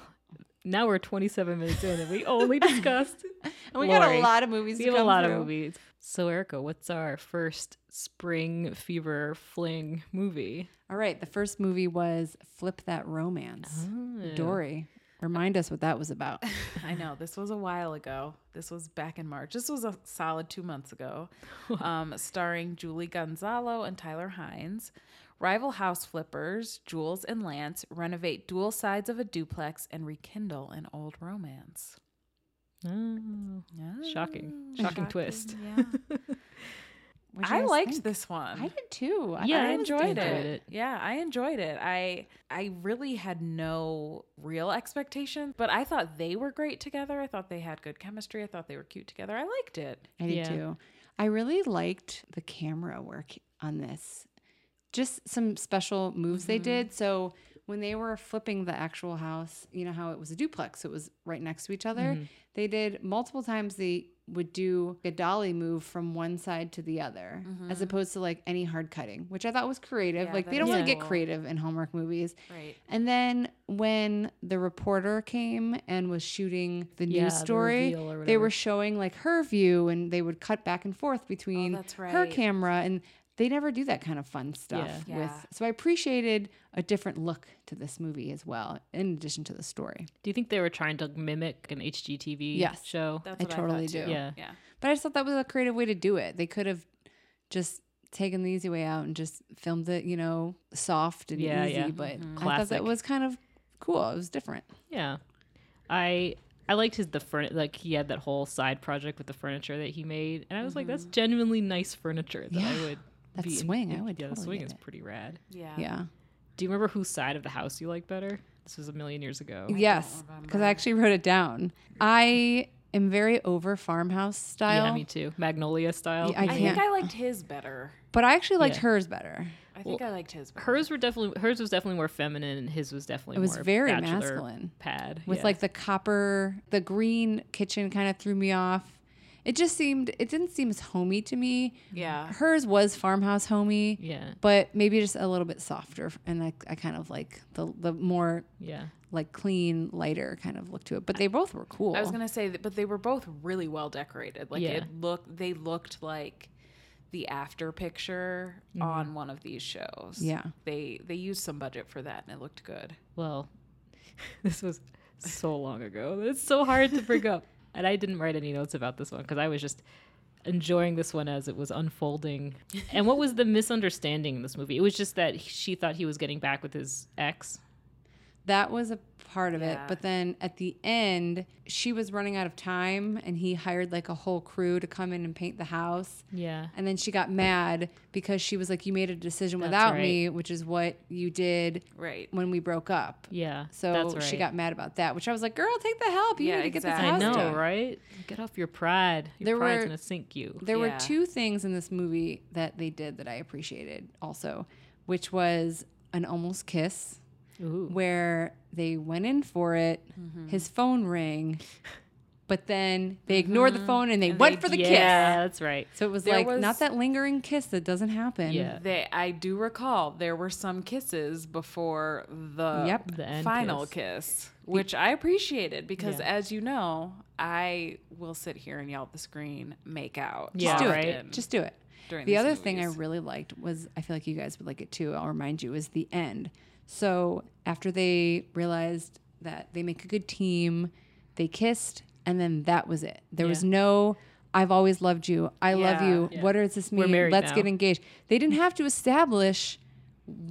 now we're 27 minutes in, and we only discussed.
And we got a
Lori.
lot of movies
we
to
have a
come
lot
through.
of movies. So, Erica, what's our first spring fever fling movie?
All right. The first movie was Flip That Romance.
Ah.
Dory.
Dory, remind us what that was about.
I know this was a while ago. This was back in March. This was a solid two months ago. Um, starring Julie Gonzalo and Tyler Hines. Rival house flippers, Jules and Lance, renovate dual sides of a duplex and rekindle an old romance.
Ah.
Oh.
Yeah.
Shocking. Shocking twist.
Yeah.
What'd you
I
guys
liked
think?
this one.
I did too. I,
Yeah,
thought
I
was
enjoyed,
good.
it.
enjoyed it.
Yeah, I enjoyed it. I I really had no real expectations, but I thought they were great together. I thought they had good chemistry. I thought they were cute together. I liked it.
I did
Yeah.
too. I really liked the camera work on this. Just some special moves
Mm-hmm.
they did. So when they were flipping the actual house, you know how it was a duplex, so it was right next to each other.
Mm-hmm.
They did multiple times they would do a dolly move from one side to the other as opposed to like any hard cutting, which I thought was creative.
Yeah,
like
that
they don't
Mm-hmm. is
really get
cool.
creative in Hallmark movies.
Right.
And then when the reporter came and was shooting the
Yeah, the
news story,
reveal or
they
whatever.
were showing like her view and they would cut back and forth between
Oh, that's
her
right.
camera and they never do that kind of fun stuff
Yeah.
with
Yeah.
so I appreciated a different look to this movie as well in addition to the story.
Do you think they were trying to mimic an HGTV
Yes.
show?
That's
I
what
totally
I thought,
do.
Too.
Yeah.
Yeah.
But I just thought that was a creative way to do it. They could have just taken the easy way out and just filmed it, you know, soft and
Yeah,
easy,
yeah. Mm-hmm.
but I thought
Classic.
that was kind of cool. It was different.
Yeah, I I liked his the furniture. Like he had that whole side project with the furniture that he made, and I was like, that's genuinely nice furniture that I
Mm-hmm. Yeah.
would.
That
be in-
swing, I would
Yeah, the
totally
swing
get
is
it.
pretty rad.
Yeah.
Yeah.
Do you remember whose side of the house you liked better? This was a million years ago.
Yes, because I actually wrote it down. I am very over farmhouse
Yeah,
style,
me too. Magnolia style.
Yeah, I
I
maybe.
think
can't-
I liked his better.
but I actually liked
Yeah.
hers better.
I think I liked his better.
Hers were definitely hers was definitely more feminine, and his was definitely
It was
more
very
bachelor
masculine.
pad
With
Yeah.
like the copper, the green kitchen kind of threw me off. It just seemed, it didn't seem as homey to me.
Yeah.
Hers was farmhouse homey,
yeah
but maybe just a little bit softer. And I, I kind of like the, the more
yeah
like clean, lighter kind of look to it. But they both were cool.
I was gonna say, that, but they were both really well decorated. Like
Yeah.
it looked, they looked like the after picture on one of these shows.
Yeah.
they they used some budget for that, and it looked good.
well, this was so long ago. It's so hard to bring up. And I didn't write any notes about this one because I was just enjoying this one as it was unfolding. And what was the misunderstanding in this movie? It was just that he- she thought he was getting back with his ex.
That was a part of it.
Yeah.
But then at the end, she was running out of time and he hired like a whole crew to come in and paint the house.
Yeah.
And then she got mad because she was like, You made a decision without
right.
me, which is what you did
Right.
when we broke up.
Yeah.
So
that's right.
she got mad about that, which I was like, Girl, take the help. You
Yeah,
need to get
exactly.
this
I
house
know,
done.
right? Get off your pride. Your
There
pride's
were-
gonna sink you.
There
Yeah.
were two things in this movie that they did that I appreciated also, which was an almost kiss
Ooh.
where they went in for it,
Mm-hmm.
his phone rang, but then they ignored the phone and they went for the
Mm-hmm. yeah,
kiss.
that's right.
So it was
There
like
was-
not that lingering kiss that doesn't happen.
Yeah.
They, I do recall there were some kisses before the
Yep.
The end
final
kiss.
kiss, which I appreciated because,
Yeah.
as you know, I will sit here and yell at the screen, make out.
Yeah,
Just do
right.
it. Just do it.
during
The
these
other thing I
movies.
really liked was I feel like you guys would like it too. I'll remind you is the end. So after they realized that they make a good team, they kissed, and then that was it. There was
Yeah.
no "I've always loved you," "I love
Yeah.
you." What does this mean?
married
Let's
now."
get engaged. They didn't have to establish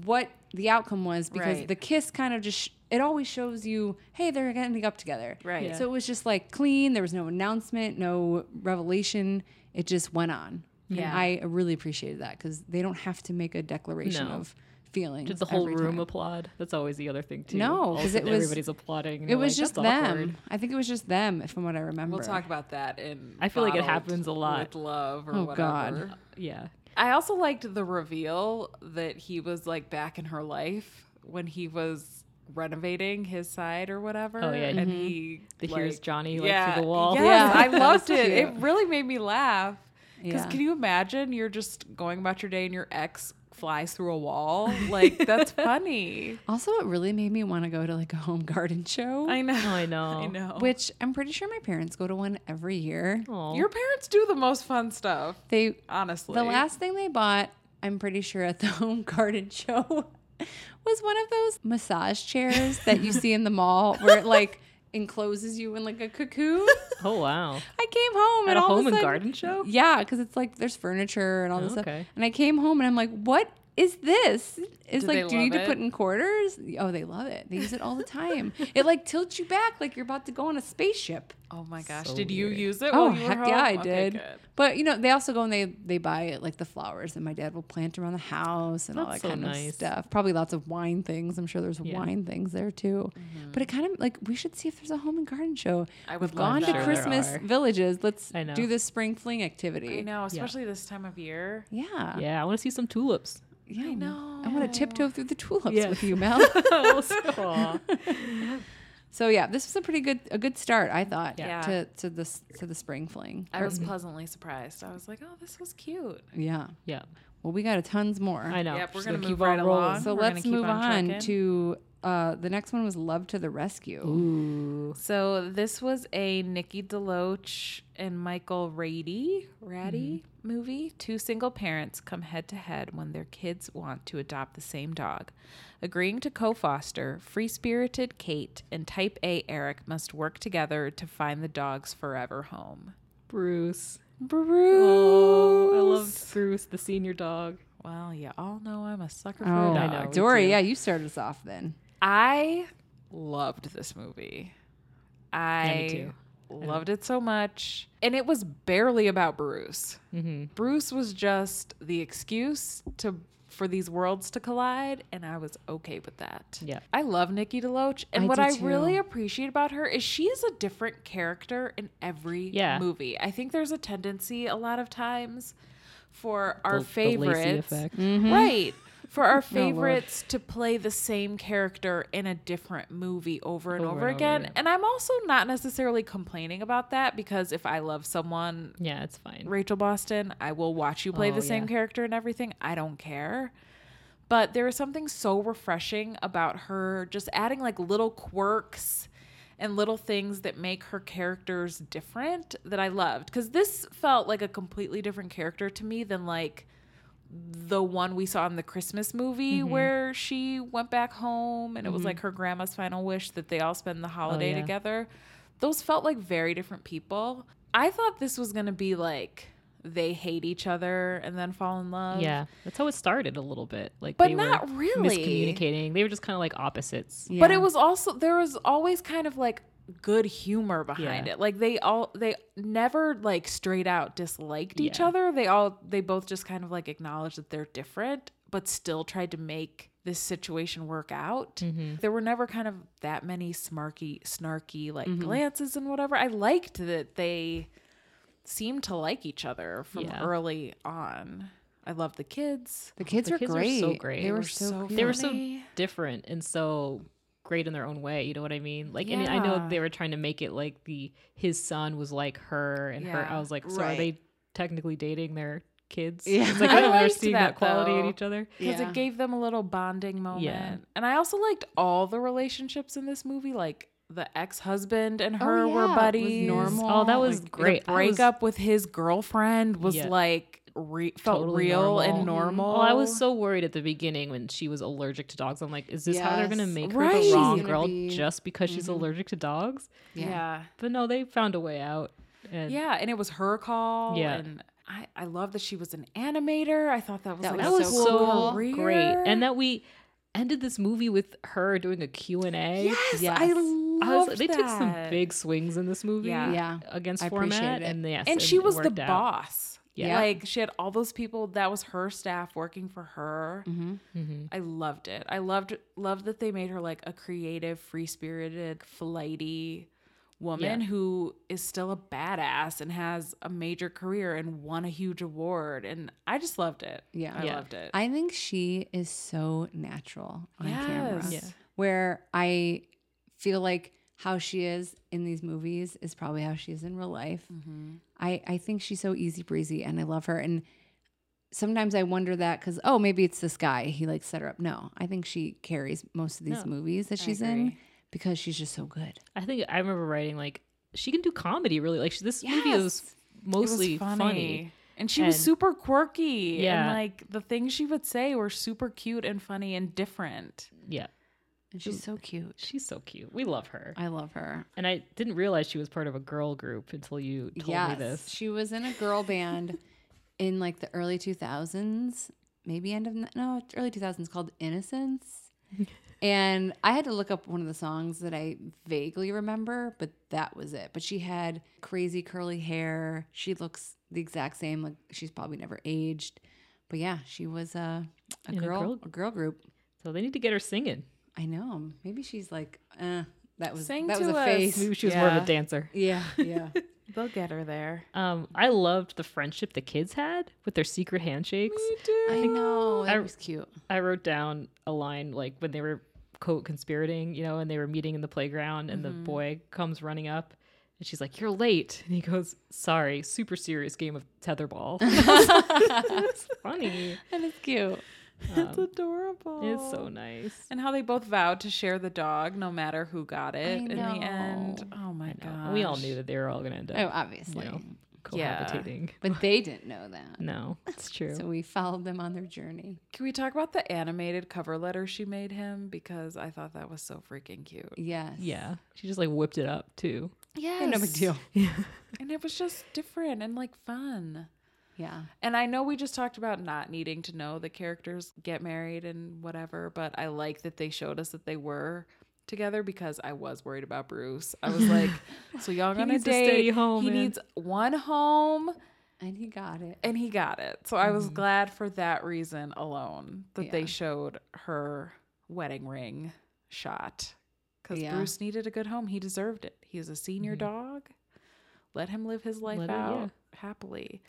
what the outcome was because
Right.
the kiss kind of just sh- it always shows you, hey, they're ending up together.
Right.
Yeah.
So it was just like clean. There was no announcement, no revelation. It just went on.
Yeah.
And I really appreciated that because they don't have to make a declaration
No.
of feelings.
Did the whole
every
room
time.
applaud? That's always the other thing too.
No,
All of a
'cause it
sudden
was-
everybody's applauding. and
It
we're
was
like,
just
"That's
them.
awkward."
I think it was just them, from what I remember.
We'll talk about that in.
I feel like it
Bottled
happens a lot.
with love or
Oh, God.
whatever.
Yeah.
I also liked the reveal that he was like back in her life when he was renovating his side or whatever.
Oh, yeah.
and he
The
like,
here's Johnny, like, through the wall.
Yes,
Yeah,
I
that
loved
was
it. It
cute.
really made me laugh. Because
Yeah.
can you imagine you're just going about your day and your ex flies through a wall? Like that's funny.
Also, it really made me want to go to like a home garden show,
I know.
I know.
I know.
which I'm pretty sure my parents go to one every year.
Aw.
your parents do the most fun stuff.
They
Honestly,
The last thing they bought, I'm pretty sure at the home garden show, was one of those massage chairs that you see in the mall where it like encloses you in like a cocoon.
Oh wow.
I came home
At
and
a
all of
home and
sudden-
garden show?
Yeah, because it's like there's furniture and all this
Okay.
stuff. And I came home and I'm like, what is this? It's
Do they
like, do you
love
need to put
it?
in quarters? Oh, they love it. They use it all the time. it like tilts you back like you're about to go on a spaceship.
oh my gosh,
So
did you
weird.
use it?
Oh
while you were
heck yeah,
home?
I
Okay,
did.
good.
But you know, they also go and they they buy like the flowers, and my dad will plant around the house and all that
That's so
kind
nice.
of stuff. Probably lots of wine things. I'm sure there's
Yeah.
wine things there too. But it kind of like we should see if there's a home and garden show.
I
We've
would love
gone
that.
to
Sure there
Christmas
are.
villages. Let's
I know.
do this spring fling activity.
I know, especially this time of year.
Yeah.
Yeah, I want to see some tulips.
yeah.
I know.
I want to tiptoe through the tulips
Yeah.
with you, Mel.
Aw.
so yeah, this was a pretty good a good start, I thought,
Yeah.
to to this to the spring fling.
I was pleasantly surprised. I was like, oh, this was cute.
Yeah.
yeah.
Well, we got a tons more.
I know.
Yep, we're
Just
gonna
keep
move
on
right
rolling.
along.
So
Oh, We're gonna
let's
keep
move
on
on,
trucking.
to uh, the next one was Love to the Rescue.
Ooh.
So this was a Nikki DeLoach and Michael Rady Ratty movie. Two single parents come head to head when their kids want to adopt the same dog. Agreeing to co-foster, free-spirited Kate and type A Eric must work together to find the dog's forever home.
Bruce.
Bruce.
Oh, I love Bruce, the senior dog.
Well, you all know I'm a sucker for
Oh,
a
I
dog.
know, me
Dory,
too.
yeah, you started us off then.
I loved this movie. I
me too.
loved it so much. And it was barely about Bruce.
Mm-hmm.
Bruce was just the excuse to for these worlds to collide, and I was okay with that.
Yeah.
I love Nikki DeLoach. And
I
what
do
I
too.
really appreciate about her is she is a different character in every
Yeah.
movie. I think there's a tendency a lot of times for our
The Lacey
favorites
effect.
right for
Oh,
our favorites to play the same character in a different movie over and over,
Over and over
again.
again.
and i'm also not necessarily complaining about that because if i love someone
Yeah, it's fine.
rachel boston i will watch you play
Oh,
the same
yeah.
character and everything i don't care but there is something so refreshing about her just adding like little quirks and little things that make her characters different that i loved because this felt like a completely different character to me than like the one we saw in the Christmas movie
Mm-hmm.
where she went back home and it was like her grandma's final wish that they all spend the holiday
Oh, yeah.
together. Those felt like very different people. I thought this was going to be like they hate each other and then fall in love.
yeah, that's how it started a little bit. Like,
But
they
not
were
really.
miscommunicating. They were just kind of like opposites.
But it was also there was always kind of like good humor behind
Yeah.
it. Like they all they never like straight out disliked each
Yeah.
other. They all they both just kind of like acknowledged that they're different, but still tried to make this situation work out.
Mm-hmm.
There were never kind of that many smarky snarky like
Mm-hmm.
glances and whatever. I liked that they seemed to like each other from
Yeah.
early on. I love the kids.
The kids
The
were
kids were
great.
so great.
They
They
were
were
so,
so
cute.
They were so
Funny.
different and so great in their own way. You know what I mean? Like, and I know
Yeah.
they were trying to make it like the his son was like her and her.
Yeah,
I was like, so
right.
are they technically dating their kids?
Yeah.
it's like
I
I don't know, they're
liked
seeing
that,
that, quality in
though.
each other.
because
Yeah.
it gave them a little bonding moment.
Yeah.
And I also liked all the relationships in this movie, like the ex-husband and
Oh,
her
yeah, it
were
was
buddies.
normal.
Oh, that was
Like,
great.
The
I was-
breakup with his girlfriend was
Yeah.
like re- felt
Totally
real and
normal.
normal.
Oh, I was so worried at the beginning when she was allergic to dogs. I'm like, is this how they're gonna
Yes.
make her
Right.
the wrong
Gonna
girl
be-
just because she's allergic to dogs?
Yeah.
yeah.
But no, they found a way out. And
Yeah, and it was her call.
Yeah.
and I I love that she was an animator. I thought that was
That
like
that
was
was
so
so,
cool.
great,
career.
and that we ended this movie with her doing a Q and A.
yes,
Yes.
I
I
loved
I was, they took some
that.
big swings in this movie.
Yeah.
Yeah.
Against
I appreciated
format,
it.
and yes,
and she
it
was the
worked out.
boss.
Yeah.
Like she had all those people that was her staff working for her.
Mhm.
Mhm.
I loved it. I loved loved that they made her like a creative, free-spirited, flighty woman who is still a badass and has a major career and won a huge award and I just loved it.
Yeah.
I
Yeah.
loved it.
I think she is so natural on camera.
Yes.
Yeah.
Where I feel like how she is in these movies is probably how she is in real life.
Mhm.
I, I think she's so easy breezy and I love her. And sometimes I wonder that because, oh, maybe it's this guy. He like set her up. No, I think she carries most of these
No,
movies that
I
she's in
agree.
because she's just so good.
I think I remember writing like she can do comedy really. Like she, this movie is
It was
mostly funny.
And she was
And-
super quirky.
Yeah.
And like the things she would say were super cute and funny and different.
Yeah,
And she's so cute.
she's so cute. We love her.
I love her.
and I didn't realize she was part of a girl group until you told me this.
She was in a girl band in like the early 2000s, maybe end of no, early 2000s called Innocence. and I had to look up one of the songs that I vaguely remember, but that was it. But she had crazy curly hair. She looks the exact same like she's probably never aged. But yeah, she was uh, a
In a
girl, a
girl-
girl group.
So they need to get her singing.
I know. Maybe she's like uh, that was
Sing
that was
to
a
us.
face.
Maybe she was more of
Yeah.
a dancer.
Yeah, yeah.
They'll get her there.
Um, I loved the friendship the kids had with their secret handshakes.
I know. That
I-
was cute.
I wrote down a line like when they were quote conspirating, you know, and they were meeting in the playground, and
Mm-hmm.
the boy comes running up. And she's like, "You're late," and he goes, "Sorry, super serious game of tetherball." it's funny.
That is cute.
Um, It's adorable.
It's so nice.
And how they both vowed to share the dog no matter who got it in the
know.
end. Oh my
I
god.
know. We all knew that they were all gonna end
Oh,
up
obviously.
know.
Yeah.
cohabitating.
But they didn't know that.
No, it's true.
So we followed them on their journey.
Can we talk about the animated cover letter she made him? Because I thought that was so freaking cute.
Yes.
yeah, she just like whipped it up too.
Yes.
Yeah, no big deal.
And it was just different and like fun.
Yeah.
And I know we just talked about not needing to know the characters get married and whatever, but I like that they showed us that they were together because I was worried about Bruce. I was like, so y'all gonna
needs a
date?
steady home,
he
man.
needs one home,
And he got it.
and he got it. So I was glad for that reason alone that
Mm-hmm. Yeah.
they showed her wedding ring shot because
Yeah. Mm-hmm.
Bruce needed a good home. He deserved it. He is a senior dog. Let him live his life
Let her-
out
yeah.
happily.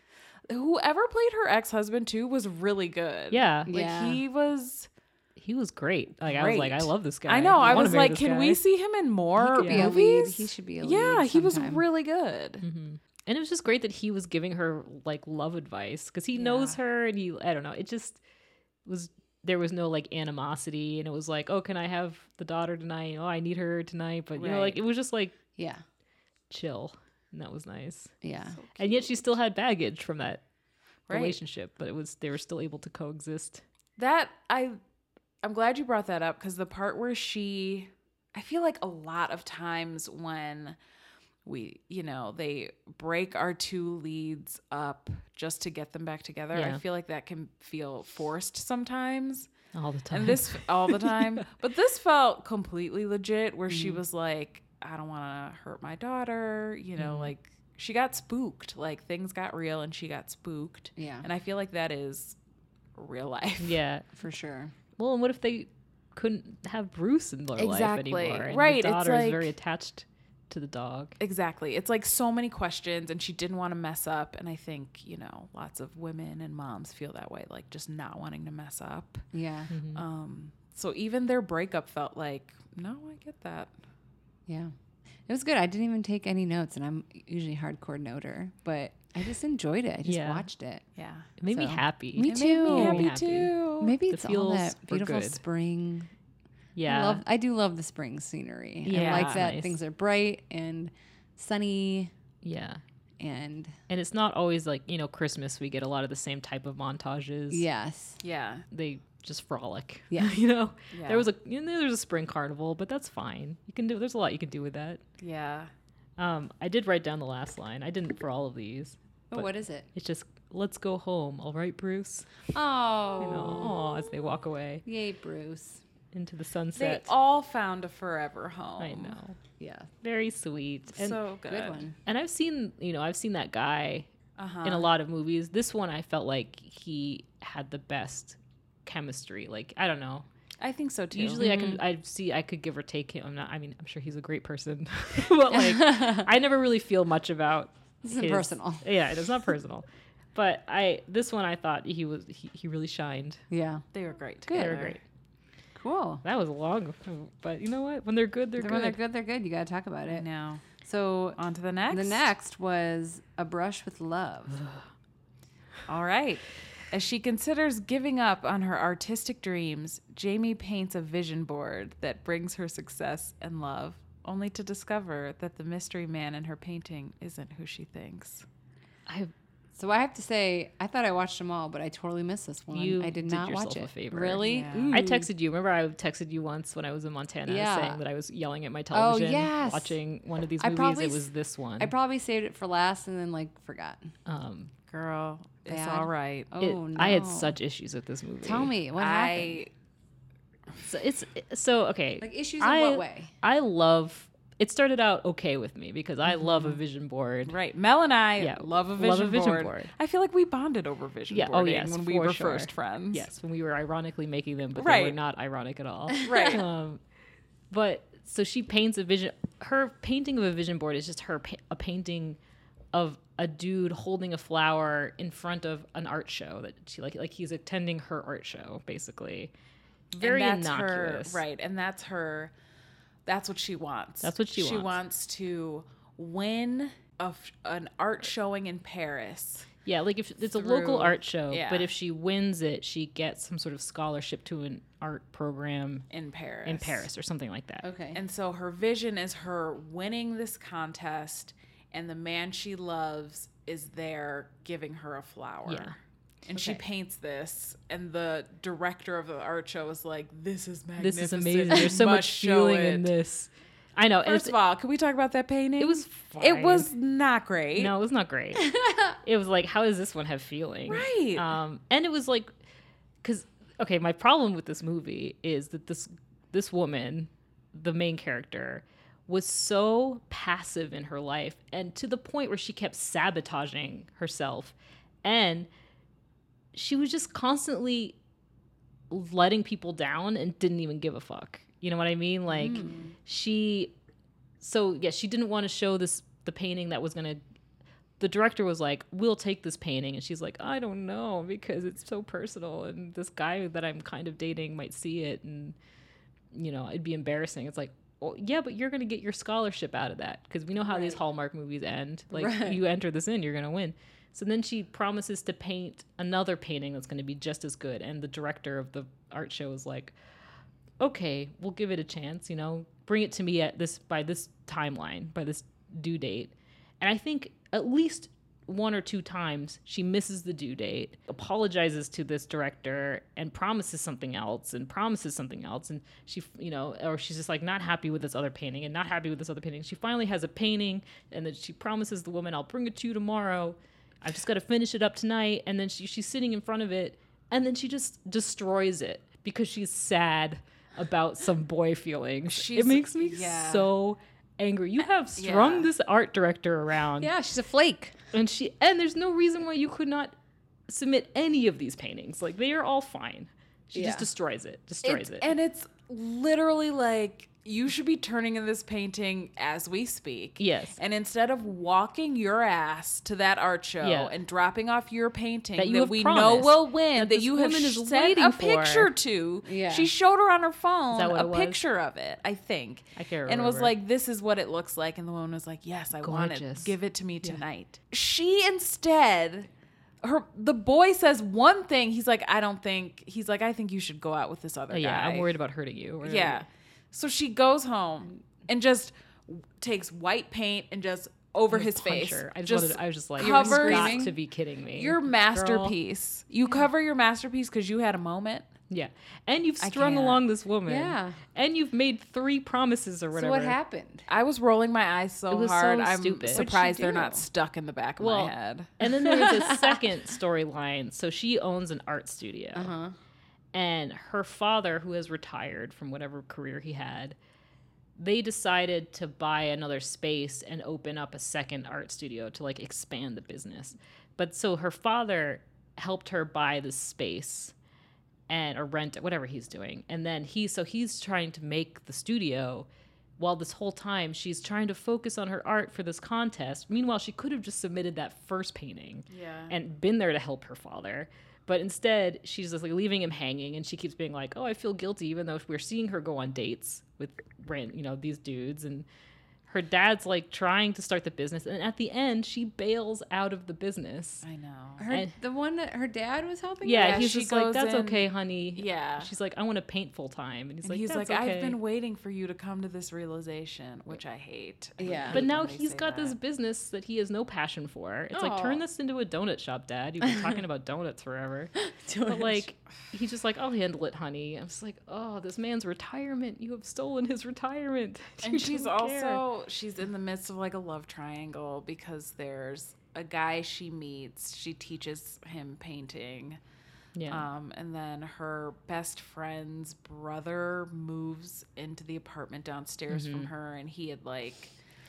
Whoever played her ex husband too was really good.
Yeah,
Like
Yeah.
he was.
he was great. Like I was like, I
Great.
love this guy.
I know. I
wanna
was
marry
like,
this
can
guy.
we see him in more
He could be a lead.
movies?
He should be a lead.
yeah, he was
sometime.
really good.
Mhm. And it was just great that he was giving her like love advice because he knows
Yeah.
her and he, I don't know, it just was, there was no like animosity and it was like, oh, can I have the daughter tonight? Oh, I need her tonight. But you know, like
Right.
it was just like
Yeah.
chill and that was nice.
Yeah.
And yet she still had baggage from that
Right.
relationship, but it was, they were still able to coexist.
That I I'm glad you brought that up because the part where she I feel like a lot of times when we you know they break our two leads up just to get them back together
Yeah.
i feel like that can feel forced sometimes
all the time.
and this all the time but this felt completely legit where she was like i don't want to hurt my daughter you know
Mhm.
like she got spooked like things got real and she got spooked
Yeah,
and i feel like that is real life
yeah.
for sure.
Well, and what if they couldn't have Bruce in their life
Exactly.
anymore? And
Right, it's
The daughter is
like-
very attached to the dog.
Exactly. It's like so many questions, and she didn't want to mess up. And I think, you know, lots of women and moms feel that way, like just not wanting to mess up.
Yeah,
Um, so even their breakup felt like, no, I get that.
yeah. It was good. I didn't even take any notes, and I'm usually hardcore noter, but I just enjoyed it. I just
Yeah.
watched it.
Yeah.
It made me
So-
happy.
Me
It
too.
made me happy
Happy.
too.
Maybe
The
it's all that
feels were
beautiful
good.
spring.
yeah.
I, love, I do love the spring scenery.
Yeah,
I like
it's
that
nice.
things are bright and sunny
yeah.
and
And it's not always like, you know, Christmas, we get a lot of the same type of montages.
yes.
Yeah.
They just frolic.
Yeah.
you know,
Yeah.
there was a, you know, there's a spring carnival, but that's fine. You can do, there's a lot you can do with that.
Yeah.
Um, I did write down the last line. I didn't for all of these.
But,
But-
what is it?
It's just, let's go home. All right, Bruce.
Oh,
You know, aw, as they walk away
yay, Bruce.
into the
They
sunset.
all found a forever home.
I know.
Yeah,
Very sweet. And
so good.
good one.
and I've seen, you know, I've seen that guy
Uh-huh.
in a lot of movies. This one I felt like he had the best chemistry. Like, I don't know.
I think so too. Mm-hmm.
Usually I
Mm-hmm.
can I see I could give or take him. I'm not I mean, I'm sure he's a great person. but like I never really feel much about
This isn't
his-
personal.
Yeah, it's not personal. but I this one I thought he was he, he really shined.
Yeah,
they were great.
Good.
They were
together.
great.
cool.
That was long, but you know what? When they're good, they're,
They're-
good.
When they're good, they're good. You got to talk about
I
it.
know.
So
On to the next.
the next was a brush with love.
All right. As she considers giving up on her artistic dreams, Jamie paints a vision board that brings her success and love, only to discover that the mystery man in her painting isn't who she thinks.
I
So I have to say, I thought I watched them all, but I totally missed this one.
You
I did
did
not
yourself
watch
a
it.
favor.
Really?
Yeah.
Ooh.
I texted you. Remember, I texted you once when I was in Montana,
mm. Yeah. Oh,
saying that I was yelling at my television,
yes.
watching one of these
I
movies.
probably
it
s-
was this one.
I probably saved it for last and then like forgot.
um,
Girl, it's
Bad.
all right.
Oh
it-
no!
I had such issues with this movie.
Tell me what happened.
I
So it's so okay.
Like issues in
I-
what way?
I love. It started out okay with me because I love a vision board.
Mm-hmm. right, Mel and I
Yeah,
love a vision,
love a vision
board.
board.
I feel like we bonded over vision
Yeah, oh,
boarding
yes,
when we
for
were
sure.
first friends.
Yes, when we were ironically making them, but they were
Right.
not ironic at all.
Right.
Um, but so she paints a vision. Her painting of a vision board is just her pa- a painting of a dude holding a flower in front of an art show that she like like he's attending her art show basically. Very
and that's
innocuous,
Her, right, and that's her. That's what she wants.
That's what she
She
wants.
wants to win a f an art showing in Paris.
Yeah, like if it's a local
Through-
art show,
yeah.
but if she wins it, she gets some sort of scholarship to an art program
In Paris.
in Paris or something like that.
Okay.
And so her vision is her winning this contest, and the man she loves is there giving her a flower.
Yeah.
And she paints this, and the director of the art show is like, "This is magnificent.
This is amazing.
You
There's so
must
much
show
feeling in
it."
this. I know. and
First
it's-
of all, can we talk about that painting?
it was fine.
It was not great.
No, it was not great. it was like, how does this one have feeling?
Right.
Um, and it was like, because okay, my problem with this movie is that this this woman, the main character, was so passive in her life, and to the point where she kept sabotaging herself, and she was just constantly letting people down and didn't even give a fuck. You know what I mean? Like
Hmm.
she so yeah, she didn't want to show this the painting that was going to the director was like, "We'll take this painting." And she's like, "I don't know because it's so personal and this guy that I'm kind of dating might see it and you know, it'd be embarrassing." It's like, well, yeah, but you're going to get your scholarship out of that because we know how these Hallmark movies end. Like,
Right.
you enter this in, you're going to win. So then she promises to paint another painting that's going to be just as good. And the director of the art show is like, okay, we'll give it a chance, you know, bring it to me at this by this timeline, by this due date. And I think at least one or two times she misses the due date, apologizes to this director and promises something else and promises something else and she you know or she's just like not happy with this other painting and not happy with this other painting. She finally has a painting and then she promises the woman I'll bring it to you tomorrow. I've just got to finish it up tonight and then she, she's sitting in front of it and then she just destroys it because she's sad about some boy feelings.
She's-
it makes me
yeah.
so angry. You have strung
yeah.
this art director around
Yeah, she's a flake.
and she and there's no reason why you could not submit any of these paintings. Like they are all fine. She
Yeah.
just destroys it. Destroys
It's-
it.
And it's literally like you should be turning in this painting as we speak.
Yes.
And instead of walking your ass to that art show
Yeah.
and dropping off your painting
That
that,
you have
we know
promised,
will win,
that
that,
this
you have
woman is
sent
waiting
a
for.
picture to,
Yeah.
she showed her on her phone
that what
a
it was?
picture of it, I think.
I can't
And was
remember.
like, this is what it looks like. And the woman was like, yes, I want
Gorgeous.
it. Give it to me tonight. She instead her the boy says one thing he's like i don't think he's like i think you should go out with this other
Oh, yeah,
guy
I'm worried about hurting you. or-
yeah so she goes home and just w- takes white paint and just over his
punch
face
her. I just,
just,
wanted, I was just like,
covers-
you've got
Screaming.
to be kidding me.
your
Girl.
masterpiece you cover your masterpiece because you had a moment
Yeah, and you've
I
strung
can't.
along this woman.
Yeah.
and you've made three promises or whatever.
So what happened?
i was rolling my eyes so
It was so
hard i'm
stupid. What'd she
surprised they're
do?
not stuck in the back of
Well,
my head
And then there was a second storyline. So she owns an art studio.
Uh-huh.
and her father, who has retired from whatever career he had, they decided to buy another space and open up a second art studio to like expand the business. But so her father helped her buy this space and or rent it, whatever he's doing. And then he so he's trying to make the studio while this whole time she's trying to focus on her art for this contest. Meanwhile, she could have just submitted that first painting
yeah
and been there to help her father. But instead, she's just like leaving him hanging, and she keeps being like, "Oh, I feel guilty," even though we're seeing her go on dates with, ran- you know, these dudes, and her dad's like trying to start the business, and at the end, she bails out of the business.
i know
Her,
And-
the one that her dad was helping.
Yeah,
Yeah,
he's
she
just like,
goes
"That's
in-
okay, honey."
yeah
she's like, "I want to paint full time," and he's
and
like,
he's
"That's
like
okay."
i've been waiting for you to come to this realization which i hate I
Yeah.
hate
But
when
now
they
he's
say
got
that.
this business that he has no passion for. It's like turn
Aw.
this into a donut shop, Dad. You've been talking about donuts forever. But like he's just like, I'll handle it, honey. I'm just like, oh, this man's retirement. You have stolen his retirement. You
and she's
don't care.
also uh, she's in the midst of like a love triangle because there's a guy she meets she teaches him painting
yeah.
um, and then her best friend's brother moves into the apartment downstairs
Mm-hmm.
from her and he had like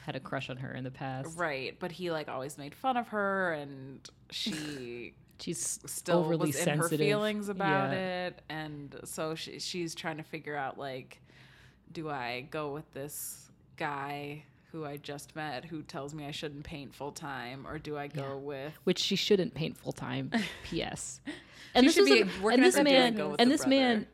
had a crush on her in the past.
right but he like always made fun of her and she
She's
still
overly
was in
sensitive.
her feelings about
Yeah.
it and so she, she's trying to figure out like do i go with this guy who i just met who tells me i shouldn't paint full time or do i go with
Which she shouldn't paint full time. P.S. And
should
is
be
a-
working
and
at
this
that
man
Django with
and
the
this man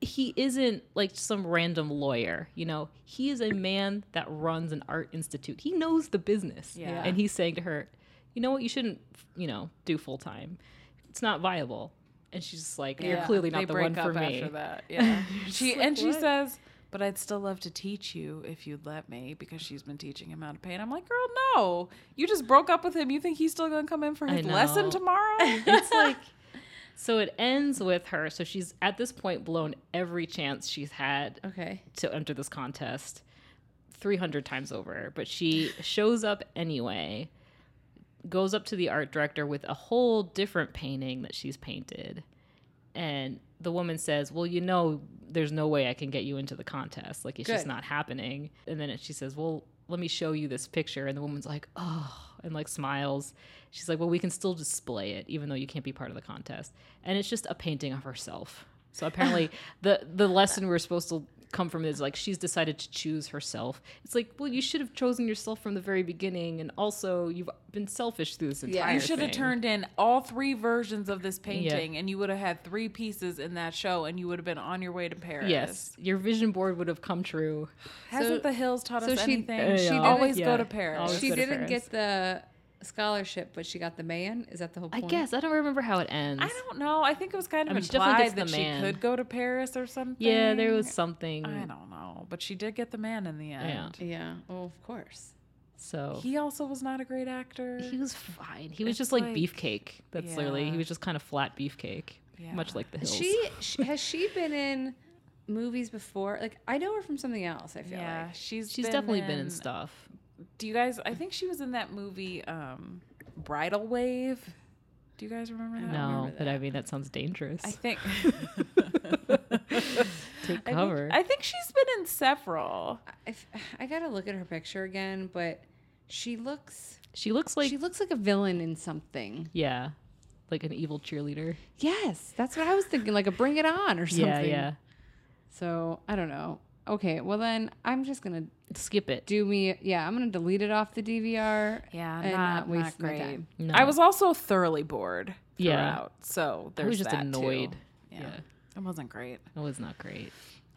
he isn't like some random lawyer, you know. He is a man that runs an art institute. He knows the business.
Yeah.
And he's saying to her, "You know what? You shouldn't, you know, do full time. It's not viable." And she's just like, "You're
Yeah,
clearly
they
not the
break
one for
up
me."
after that yeah she
like,
and she
what?
says but i'd still love to teach you if you'd let me because she's been teaching him how to paint i'm like girl no you just broke up with him you think he's still gonna come in for
I
his lesson
know.
tomorrow
it's like so it ends with her so she's at this point blown every chance she's had
Okay.
to enter this contest 300 times over but she shows up anyway goes up to the art director with a whole different painting that she's painted and the woman says well you know there's no way i can get you into the contest like it's just
Good.
not happening and then she says well let me show you this picture and the woman's like oh and like smiles she's like well we can still display it even though you can't be part of the contest and it's just a painting of herself so apparently the the lesson we're supposed to come from is like she's decided to choose herself it's like well you should have chosen yourself from the very beginning and also you've been selfish through this
Yeah.
entire
You should have
thing.
turned in all three versions of this painting, and you would have had three pieces in that show, and you would have been on your way to Paris.
Yes, your vision board would have come true.
Hasn't
So-
the hills taught
so
us
she-
anything?
Uh,
she
yeah.
always
Yeah.
go to Paris.
Always
She
go to
didn't
Paris.
get the scholarship, but she got the man. Is that the whole
I
point?
guess I don't remember how it ends.
I don't know. I think it was kind of
I mean, she definitely
implied
gets
that
the
she
man.
could go to Paris or something.
yeah, there was something.
I don't know, but she did get the man in the end.
Yeah. Oh, of course.
So he,
He also was not a great actor.
was fine. He was
It's
just like,
like-
beefcake. That's literally
Yeah.
he was just kind of flat beefcake,
Yeah.
much like the hills.
She sh- has she been in movies before? Like I know her from something else. I feel
yeah,
like
she's
she's definitely been in
in
stuff.
Do you guys? I think she was in that movie, um, Bridal Wave. Do you guys remember that?
No,
remember
but I
that.
mean that sounds dangerous.
I think.
Take
I think-
cover.
I think, she's been in several.
I, f- I gotta look at her picture again, but she looks
she looks like
she looks like a villain in something.
yeah, like an evil cheerleader.
Yes, that's what I was thinking, like a Bring It On or something.
Yeah, yeah.
So I don't know. Okay, well then I'm just gonna
Skip it.
do me. Yeah, I'm gonna delete it off the DVR.
Yeah,
And not not- not waste my great. time.
No.
I was also thoroughly bored
Yeah.
throughout, so
I
there's
was just
that too.
annoyed.
Yeah.
yeah,
it wasn't great.
it was not great.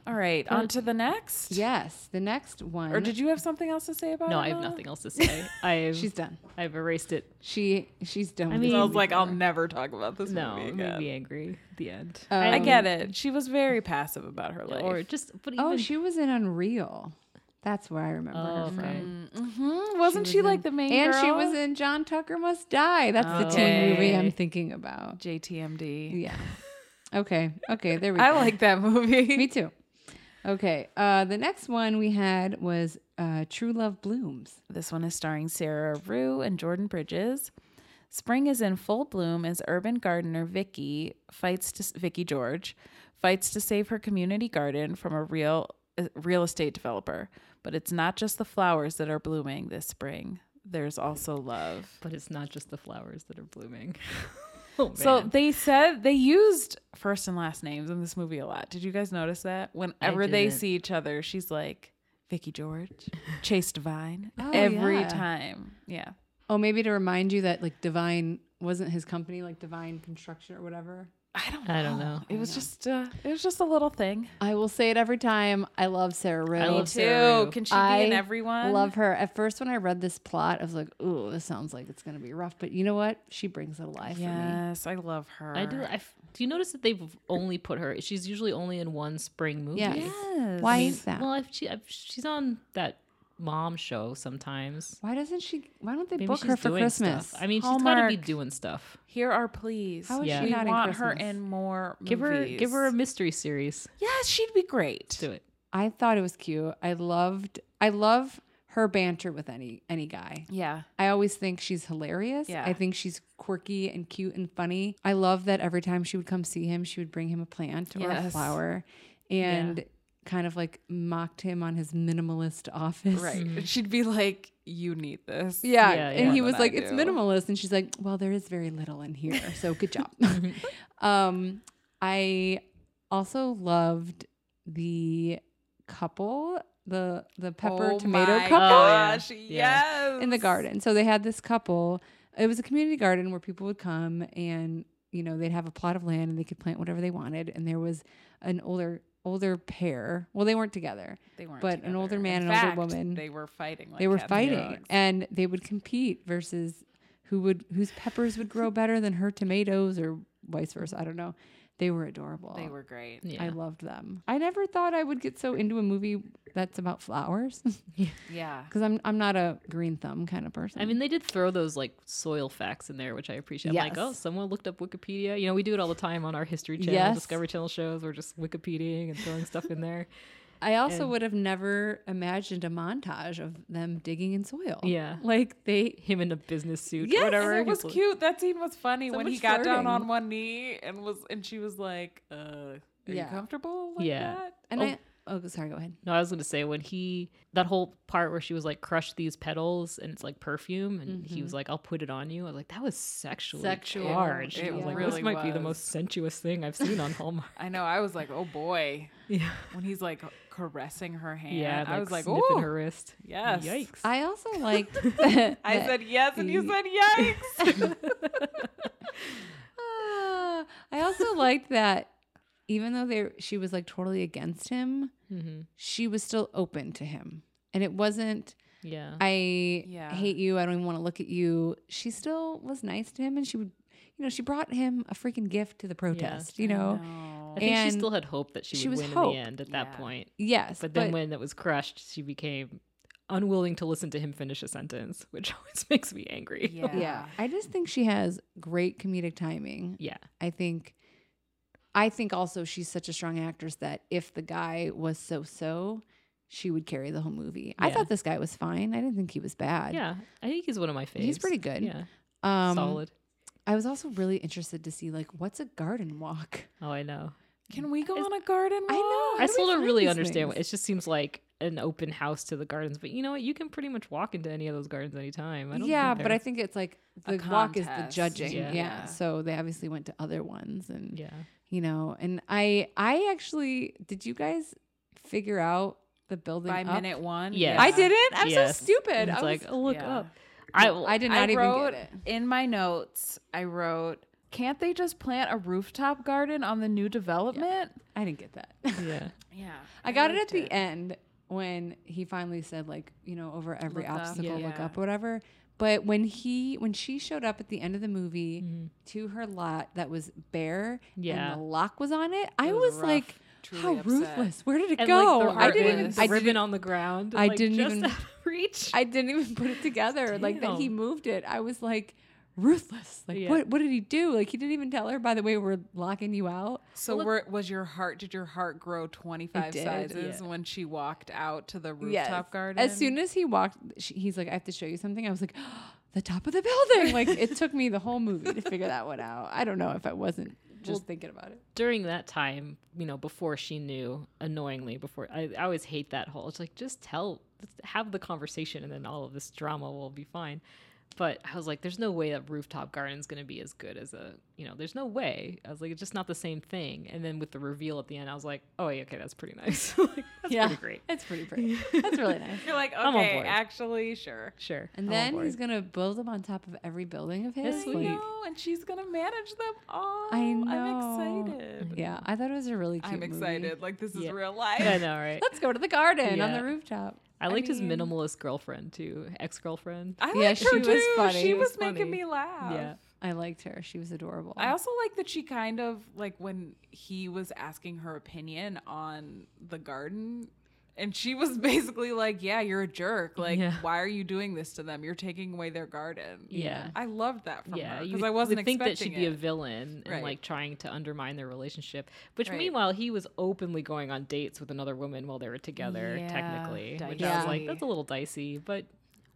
All right, on to the next.
Yes, the next one.
Or did you have something else to say about it?
No, I have
Emma?
nothing else to say. I've
She's done.
I've erased it.
She she's done.
I
with
mean- Um,
this
I was
movie
like, I'll
forever.
never talk about this
No,
movie
it
again.
made me angry. at The end.
I
Um,
get it. She was very passive about her life.
Or just but even
Oh, she was in Unreal. That's where I remember
Oh,
her from.
okay.
Mhm. Wasn't she,
was
like
in-
the main
And she
girl?
was in John Tucker Must Die. That's the teen
Okay.
movie I'm thinking about.
JTMD.
Yeah. Okay. Okay. There we go.
I like that movie.
Me too. Okay. Uh, the next one we had was uh, True Love Blooms.
This one is starring Sarah Rue and Jordan Bridges. Spring is in full bloom as urban gardener Vicky fights to Vicky George fights to save her community garden from a real uh, real estate developer. But it's not just the flowers that are blooming this spring. There's also love.
but it's not just the flowers that are blooming. oh,
So
man.
they said they used first and last names in this movie a lot. Did you guys notice that? Whenever they
didn't.
see each other, she's like Vicky George, Chase Divine,
Oh,
every
yeah.
time. Yeah.
Oh, maybe to remind you that like Divine wasn't his company, like Divine Construction or whatever.
I don't.
I don't know.
It was just. Uh, it was just a little thing.
I will say it every time. I love Sarah Rue.
I love
Too.
Sarah Rue.
Can she be in
I
everyone?
Love her. At first, when I read this plot, I was like, "Ooh, this sounds like it's gonna be rough." But you know what? She brings it alive for me.
Yes, I love her.
I do. I f- do you notice that they've only put her? She's usually only in one spring movie.
Yes.
Yes.
Why
I mean,
is that?
Well, if she if she's on that mom show sometimes.
why doesn't she? Why don't they
Maybe
book
she's
her for
doing
Christmas?
Stuff. I mean, she's got to be
Hallmark.
doing stuff.
Here are please.
How
is Yeah. she
we
not in
want her
Christmas?
in more.
Give her give her a
movies.
mystery series.
Yes, she'd be great.
Do it.
I thought it was cute. I loved. I love her banter with any any guy.
Yeah.
I always think she's hilarious.
Yeah.
I think she's quirky and cute and funny. I love that every time she would come see him, she would bring him a plant or a
Yes.
flower, and kind of like mocked him on his minimalist office.
Right.
Mm-hmm.
She'd be like, you need this.
Yeah.
Yeah,
and
yeah.
he
More
was
than
like,
I
it's
do."
minimalist. And she's like, well, there is very little in here. So good job. um, I also loved the couple, the the pepper
Oh
tomato
my
couple
Gosh,
Yeah.
yes.
in the garden. So they had this couple. It was a community garden where people would come and, you know, they'd have a plot of land and they could plant whatever they wanted. And there was an older older pair. Well, they weren't together.
They weren't
but an
together.
older
In
man and older
fact,
woman-
They were fighting. Like
they were
cats and
fighting
dogs.
and they would compete versus who would whose peppers would grow better than her tomatoes or vice versa i don't know they were adorable
They were great.
Yeah.
i loved them i never thought i would get so into a movie that's about flowers
Yeah.
because i'm i'm not a green thumb kind of person
I mean, they did throw those like soil facts in there, which I appreciate. I'm like, oh,
Yes.
someone looked up Wikipedia. You know, we do it all the time on our History Channel,
Yes.
Discovery Channel shows. We're just Wikipediaing and throwing stuff in there.
i also
and-
would have never imagined a montage of them digging in soil
Yeah.
like they
Him in a business suit
Yes,
or
and
whatever.
it was
He's like-
cute. That scene was funny
So
when he
much
got down
flirting.
on one knee and was and she was like, uh, "Are
Yeah.
you comfortable?" Like
Yeah.
That?
and
Oh.
i oh sorry go ahead
No, I was gonna say when he that whole part where she was like crush these petals and it's like perfume and
Mm-hmm.
he was like I'll put it on you. I was like that was sexually
Sexual.
charged.
It
I was like
really
this might be the
was.
most sensuous thing I've seen on Hallmark.
I know. I was like, "Oh boy,"
yeah,
when he's like caressing her hand.
yeah.
I was like,
sniffing
"Oh,
her wrist.
yes."
Yikes.
i also liked that-
I
that-
said yes, and you said yikes.
Ah, I also liked that even though they she was like totally against him,
hmm
she was still open to him. And it wasn't
Yeah.
I
Yeah.
hate you, I don't even want to look at you. She still was nice to him and she would you know, she brought him a freaking gift to the protest, you know.
I think she
and
still had hope that she,
she
would
was
win
hope.
in the end at
Yeah.
that point.
Yes.
But then when it was crushed, she became unwilling to listen to him finish a sentence, which always makes me angry.
Yeah.
yeah i just think she has great comedic timing
Yeah.
i think i think also she's such a strong actress that if the guy was so so she would carry the whole movie i
Yeah.
thought this guy was fine i didn't think he was bad
Yeah. I think he's one of my faves.
He's pretty good.
Yeah.
um
Solid.
i was also really interested to see like what's a garden walk
Oh, I know.
Can we go
Is-
on a garden walk?
Oh, I know.
I
do we
still don't
find
really
these
understand. What, it
things?
just seems like an open house to the gardens, but you know what? You can pretty much walk into any of those gardens anytime. I don't
yeah
think
but i
they're-
think it's like
A
the walk is the
contest.
judging
Yeah.
yeah.
Yeah.
so they obviously went to other ones and
yeah.
you know and i i actually did you guys figure out the building
By
up?
minute one?
Yes.
i didn't i'm
Yes.
so stupid
It's
I was,
like oh, look
Yeah.
up. I
I did not
I
even
wrote-
get it
In my notes, I wrote, can't they just plant a rooftop garden on the new development?
i didn't get that
yeah.
Yeah.
i got it at
liked
the end when he finally said like you know over every
Look up.
obstacle
Yeah.
look
Yeah.
up whatever but when he when she showed up at the end of the movie
Mhm.
to her lot that was bare
Yeah.
and the lock was on it, i
It
was,
rough,
like
truly
how
upset.
ruthless where did it
And
go
like the
i
ribbon,
didn't
even,
even
the
I
ribbon
didn't,
on the ground.
I
like,
didn't
just
even-
out of reach.
I didn't even put it together. Like that he
Damn.
moved it. I was like ruthless. Like
Yeah.
what what did he do? Like he didn't even tell her, by the way, we're locking you out.
So were, was your heart, did your heart grow 25
did.
sizes
Yeah.
when she walked out to the rooftop garden?
As soon as he walked, she, he's like, I have to show you something. I was like, the top of the building. Like it took me the whole movie to figure that one out. I don't know if I wasn't just thinking about it.
during that time, you know, before she knew, annoyingly, before I, I always hate that whole. It's like just tell, have the conversation, and then all of this drama will be fine. But I was like, there's no way that rooftop garden's going to be as good as a, you know, there's no way. I was like, it's just not the same thing. And then with the reveal at the end, I was like, oh, yeah, okay, that's pretty nice. like, that's
Yeah.
pretty great.
That's pretty pretty. That's really nice.
you're like,
I'm on
okay,
board."
actually, sure.
Sure.
And
I'm on
then
board.
he's gonna build them on top of every building of his.
That's
I
Like-
know, and she's gonna manage them all.
I know.
I'm excited.
yeah, I thought it was a really cute.
I'm
movie.
excited. Like this is
Yeah.
real life.
I know, right?
Let's go to the garden on
Yeah.
the rooftop.
I liked
mean-
his minimalist girlfriend too, ex girlfriend.
I
Yeah,
liked
she
her
was
too.
funny.
She
She
was,
was
making
funny.
me
Oh,
laugh.
Yeah.
I liked her. She was adorable.
Mm.
I also like that she kind of like when he was asking her opinion on the garden and she was basically like, "Yeah, you're a jerk. Like,
Yeah.
why are you doing this to them? You're taking away their garden."
Yeah.
I loved that from her
you
because
would-
I wasn't
would think that
expecting
she'd be a
it.
villain
Right.
and like trying to undermine their relationship. Which
Right.
meanwhile, he was openly going on dates with another woman while they were together,
Yeah,
technically. Which I was
dicey.
like, that's a little dicey, but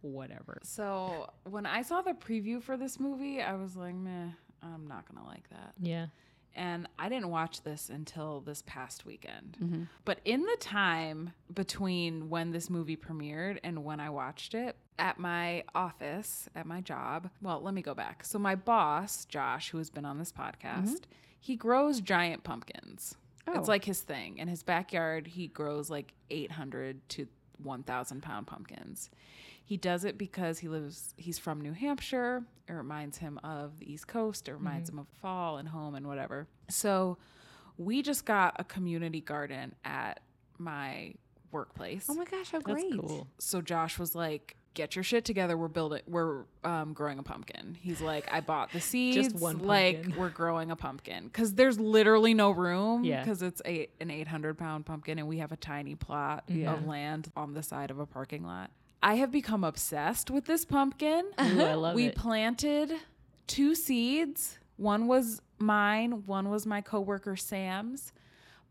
whatever.
so when I saw the preview for this movie, I was like, "Meh, I'm not gonna like that."
Yeah,
and I didn't watch this until this past weekend. But in the time between when this movie premiered and when I watched it, at my office, at my job, well, let me go back. So, my boss, Josh, who has been on this podcast, he grows giant pumpkins. It's
Oh.
like his thing. In his backyard, he grows like 800 to 1,000 pound pumpkins. He does it because he lives, he's from New Hampshire. It reminds him of the East Coast. It reminds him of fall and home and whatever. So we just got a community garden at my workplace.
oh my gosh, how
that's
great!
cool.
so Josh was like, Get your shit together. We're building. We're um, growing a pumpkin. He's like, I bought the seeds.
one
Like
pumpkin.
we're growing a pumpkin because there's literally no room.
Yeah.
Because it's a an 800 pound pumpkin, and we have a tiny plot
Yeah.
of land on the side of a parking lot. I have become obsessed with this pumpkin.
Ooh, I love
we
it.
planted two seeds. One was mine, one was my coworker Sam's.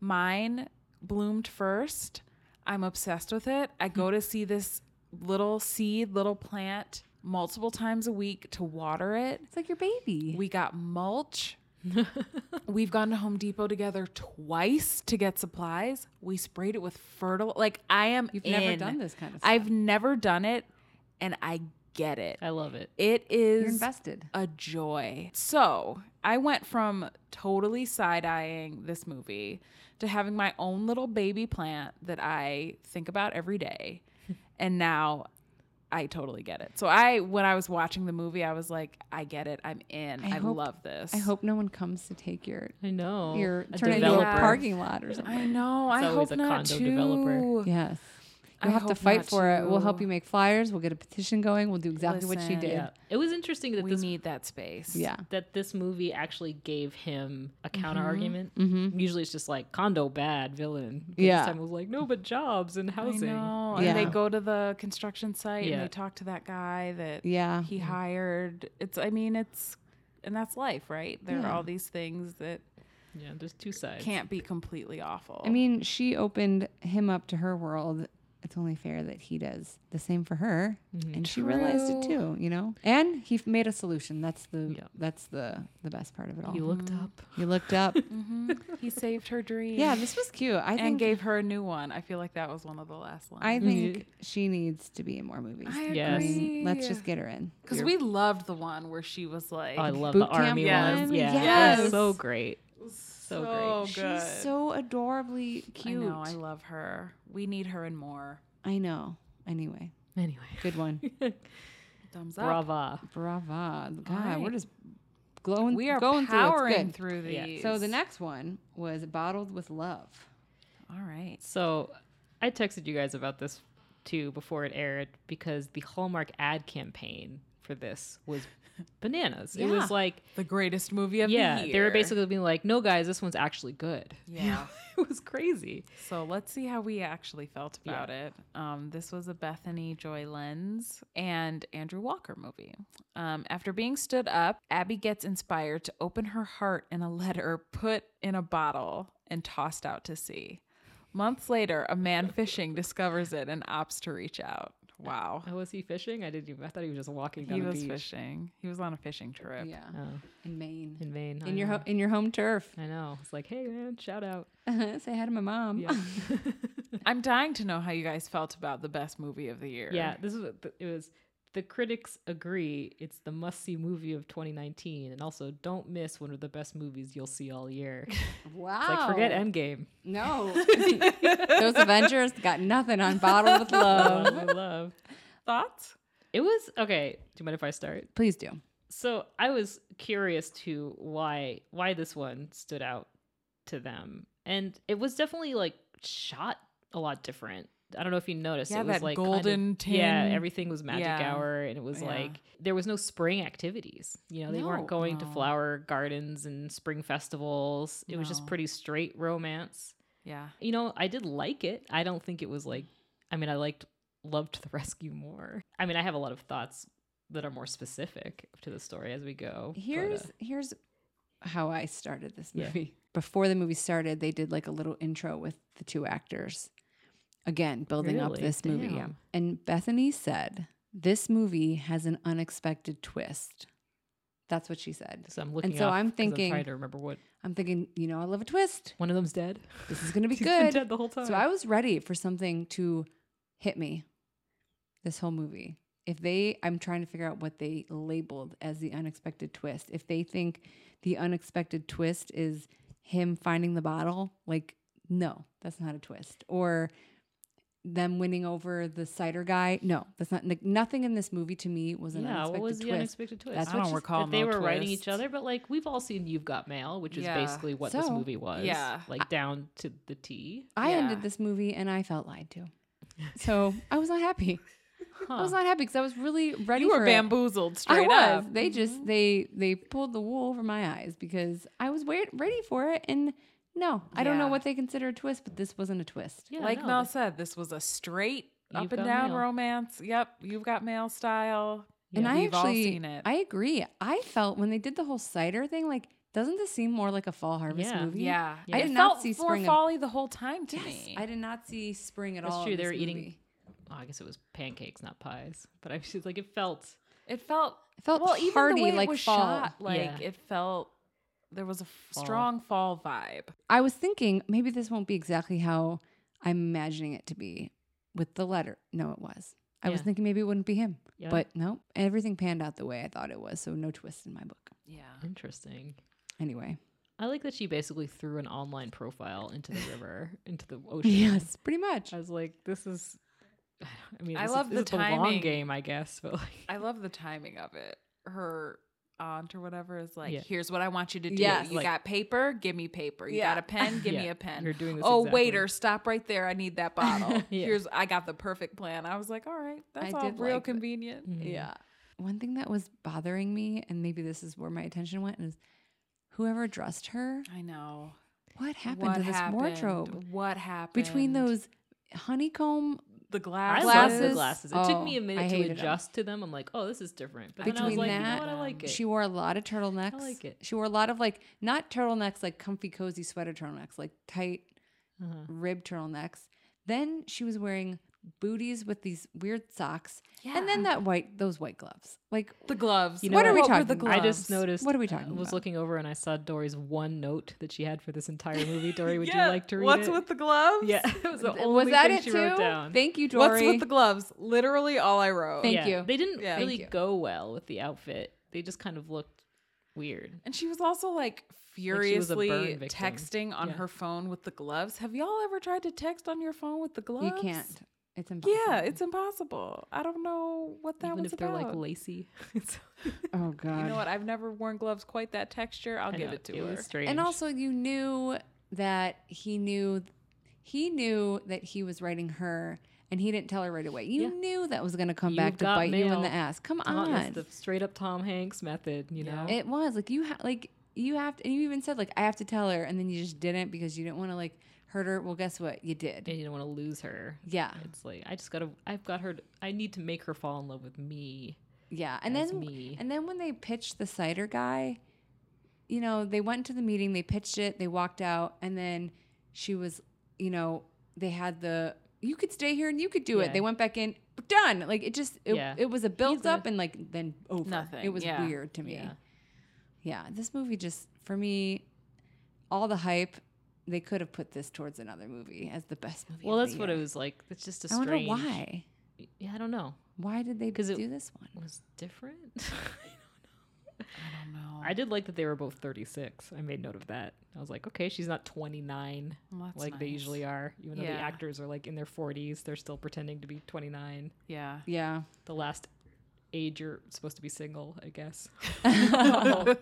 Mine bloomed first. I'm obsessed with it. I go to see this little seed, little plant multiple times a week to water it.
It's like your baby.
We got mulch. We've gone to Home Depot together twice to get supplies. We sprayed it with fertile. Like I am.
You've never
in.
done this kind of stuff.
I've never done it, and I get it.
I love it.
It
You're
is
invested.
a joy. So I went from totally side eyeing this movie to having my own little baby plant that I think about every day. and now I totally get it. So I, when I was watching the movie, I was like, I get it. I'm in. I,
I hope-
love this.
I hope no one comes to take your
I know.
your
A
turn it into a
developer.
parking lot or something.
I know. I
It's always
hope
a
not
condo
too.
developer.
Yes. You'll
I
have to
hope
fight
not
for it. We'll help
too.
you make flyers. We'll get a petition going. We'll do exactly what she
Listen.
did.
Yeah. It was interesting that
we
this
need that space.
Yeah.
that this movie actually gave him a counter argument.
Mm-hmm.
Usually it's just like condo bad villain. But
Yeah.
This time it was like, no, but jobs and
I
housing.
know.
Yeah.
And they go to the construction site
Yeah.
and they talk to that guy that
Yeah.
he hired. It's I mean it's and that's life, right? There
Yeah.
are all these things that
Yeah, there's two sides.
can't be completely awful.
I mean, she opened him up to her world. It's only fair that he does the same for her, and she realized it
Mm-hmm. True.
too. You know, and he f- made a solution. That's the
Yeah.
that's the the best part of it all.
He
You,
looked
Mm-hmm.
up.
looked up.
Mhm. he saved her dream.
yeah, this was cute. I
and
think
gave her a new one. I feel like that was one of the last ones.
I think she needs to be in more movies.
I
Yes.
agree.
Let's just get her in.
because we loved the one where she was like
Oh, I love
boot
the army
camp
one.
one?
Yeah.
Yes.
It was so great. So great.
so good.
She's so adorably cute.
I know. I love her. We need her and more.
I know. Anyway,
Anyway.
good one.
Thumbs up.
Brava.
Brava. God, we're
right.
just glowing.
We are
going through it. It's
powering
good.
through,
Yeah.
these.
So the next one was Bottled with Love.
All right.
So I texted you guys about this too before it aired because the Hallmark ad campaign for this was bananas. It
Yeah.
was like
The greatest movie of
yeah,
the year.
they were basically being like, "No, guys, this one's actually good."
Yeah.
it was crazy.
so let's see how we actually felt
Yeah.
about it. Um, this was a Bethany Joy Lenz and Andrew Walker movie. Um, after being stood up, Abby gets inspired to open her heart in a letter put in a bottle and tossed out to sea. Months later, a man fishing discovers it and opts to reach out. Wow.
Oh, was he fishing? I didn't. Even, I thought he was just walking down
He
the
was
beach.
fishing. He was on a fishing trip.
Yeah,
Oh,
in Maine,
in vain. I
in your
know.
ho- in your home turf.
I know. It's like, hey man, shout out.
Say hi to my mom.
Yeah,
I'm dying to know how you guys felt about the best movie of the year.
yeah. This is what the- it was. The critics agree it's the must see movie of 2019, and also don't miss one of the best movies you'll see all year.
Wow.
It's like
Oh.
forget Endgame.
No, those Avengers got nothing on Bottled with
Um.
Love.
love, love.
Thoughts?
It was okay. Do you mind if I start?
Please do.
So I was curious to why why this one stood out to them, and it was definitely like shot a lot different. I don't know if you noticed.
Yeah,
it was
that
like
golden
kind of, Yeah,
tin.
everything was magic
Yeah.
hour, and it was
Yeah.
like there was no spring activities. You know, they weren't
No.
going to
No.
flower gardens and spring festivals. It was just
No.
pretty straight romance.
Yeah.
You know, I did like it. I don't think it was like, I mean, I liked Love to the Rescue more. I mean, I have a lot of thoughts that are more specific to the story as we go. but, uh,
Here's here's how I started this
Yeah.
movie. Before the movie started, they did like a little intro with the two actors. Again, building up
Really?
this movie. Yeah.
Damn.
And Bethany said, "This movie has an unexpected twist." That's what she said.
so I'm looking
so
up
I'm
'cause
thinking-
trying to remember what
I'm thinking, you know, I love a twist.
one of them's dead.
This is going to be
He's been
good.
dead the whole time.
So I was ready for something to hit me this whole movie. If they, I'm trying to figure out what they labeled as the unexpected twist. If they think the unexpected twist is him finding the bottle, like, no, that's not a twist. Or them winning over the cider guy, no, that's not, like, nothing in this movie to me was an
yeah,
unexpected
what was
twist.
the unexpected twist?
That's
I
what
don't
she's-
recall.
that they
no
were writing
twist.
each other, but like we've all seen You've Got Mail, which is
Yeah.
basically what this
So-
movie was.
Yeah.
Like down to the T.
I
Yeah.
ended this movie and I felt lied to. So I was not happy. I was not happy because I was really ready
You
for
were
it.
bamboozled straight
I was.
up. Mm-hmm.
They just they they pulled the wool over my eyes because I was wait, ready for it, and no, I don't know
Yeah.
what they consider a twist, but this wasn't a twist.
Yeah,
like
no,
Mel
they-
said, this was a straight up
You've
and
Got
down
Mail.
romance. Yep, you've got male style.
Yeah.
and I
We've all
actually,
seen it.
I agree. I felt when they did the whole cider thing, like, doesn't this seem more like a fall harvest
Yeah.
movie?
Yeah.
Yeah,
Mm-hmm. I
It
did not
felt
see
more
spring of-
folly the whole time to
Yes,
me.
I did not see spring at
That's
all.
true,
in
they
this
were eating-
movie.
Oh, I guess it was pancakes, not pies. But I was just like, it felt
it felt
It felt
well, even
hearty,
the way
like
it was
fall.
shot, like
Yeah.
it felt there was a f-
Fall.
strong fall vibe.
I was thinking maybe this won't be exactly how I'm imagining it to be with the letter. No, it was. I was
Yeah.
thinking maybe it wouldn't be him,
Yeah.
but no, everything panned out the way I thought it was. So no twist in my book.
Yeah,
interesting.
Anyway,
I like that she basically threw an online profile into the river, into the ocean.
yes, pretty much.
I was like, this is. I mean,
I
this is-
love
this
the
is long
timing.
game, I guess, but like,
I love the timing of it. Her aunt or whatever is like,
Yeah.
here's what I want you to do.
Yes.
You
Like-
got paper, give me paper. You
Yeah.
got a pen, give me
Yeah.
a pen.
You're doing this
oh
exactly.
waiter, stop right there. I need that bottle.
Yeah.
Here's I got the perfect plan. I was like, all right, that's
I
all
did
real
like that.
convenient.
Mhm.
Yeah.
One thing that was bothering me, and maybe this is where my attention went, is whoever dressed her.
I know.
What happened
What
to this
happened?
wardrobe
What happened
between those honeycomb?
the
I love
glasses?
the
Glasses?
glasses. It took
Oh,
me a
I
minute to
hated 'em.
adjust to them. I'm like, oh, this is different. But then I was
Between
like, you
that,
know what? I like it.
She wore a lot of turtlenecks.
like it.
She wore a lot of like not turtlenecks, like comfy, cozy sweater turtlenecks, like tight
Uh-huh.
ribbed turtlenecks. Then she was wearing booties with these weird socks,
Yeah.
and then that white those white gloves. Like
the gloves.
You know
what are we
what?
talking?
were the
about?
I just
gloves.
noticed.
What are we
uh,
talking
I was
about?
looking over and I saw Dory's one note that she had for this entire movie. Dory, would
Yeah,
you like to read
What's
it?
with the gloves?
yeah, it was the
Th-
only
was that
thing
it
she
too?
wrote down.
Thank you,
What's
Dory.
with the gloves? Literally all I wrote.
Thank
Yeah,
you.
They didn't
Yeah.
really
Thank you.
go well with the outfit. They just kind of looked weird.
And she was also like
she was a burn
furiously
victim.
texting on
Yeah.
her phone with the gloves. Have y'all ever tried to text on your phone with the gloves?
you can't. It's impossible.
Yeah, it's impossible. I don't know what that
Even
was
if they're
about.
like lacy. It's-
oh god.
you know what? I've never worn gloves quite that texture. I'll
I
give
know,
it to her.
was strange.
And also, you knew that he knew, he knew that he was writing her, and he didn't tell her right away. You
Yeah.
knew that was going to come
You
back to
got
bite you in
mail.
the ass. Come
Tom-
on,
it's the straight up Tom Hanks method, you
Yeah.
know?
it was like you ha- like you have to, and you even said like I have to tell her, and then you just didn't because you didn't want to like hurt her. Well, guess what? You did.
and you don't want to lose her.
yeah,
It's like I just gotta. I've got her. I need to make her fall in love with me.
yeah. And
as
then
me.
and then when they pitched the cider guy, you know, they went to the meeting, they pitched it, they walked out, and then she was, you know, they had the you could stay here and you could do it.
Yeah.
They went back in, done. Like it just it,
Yeah.
it was a build
a-
up and like then over.
Nothing,
It was
yeah.
weird to me.
Yeah.
Yeah. This movie just for me, all the hype, they could have put this towards another movie as the best movie.
Well,
of
that's
the
what it
year.
was like. It's just a
I wonder
strange.
why.
Yeah, I don't know.
Why did they
'Cause it-
do this one?
It was different.
I don't know.
I did like that they were both 36. I made note of that. I was like, okay, she's not 29
Well, that's
like they
nice.
usually are. Even though the
Yeah.
actors are like in their 40s, they're still pretending to be 29.
Yeah.
Yeah.
The last age you're supposed to be single, I guess.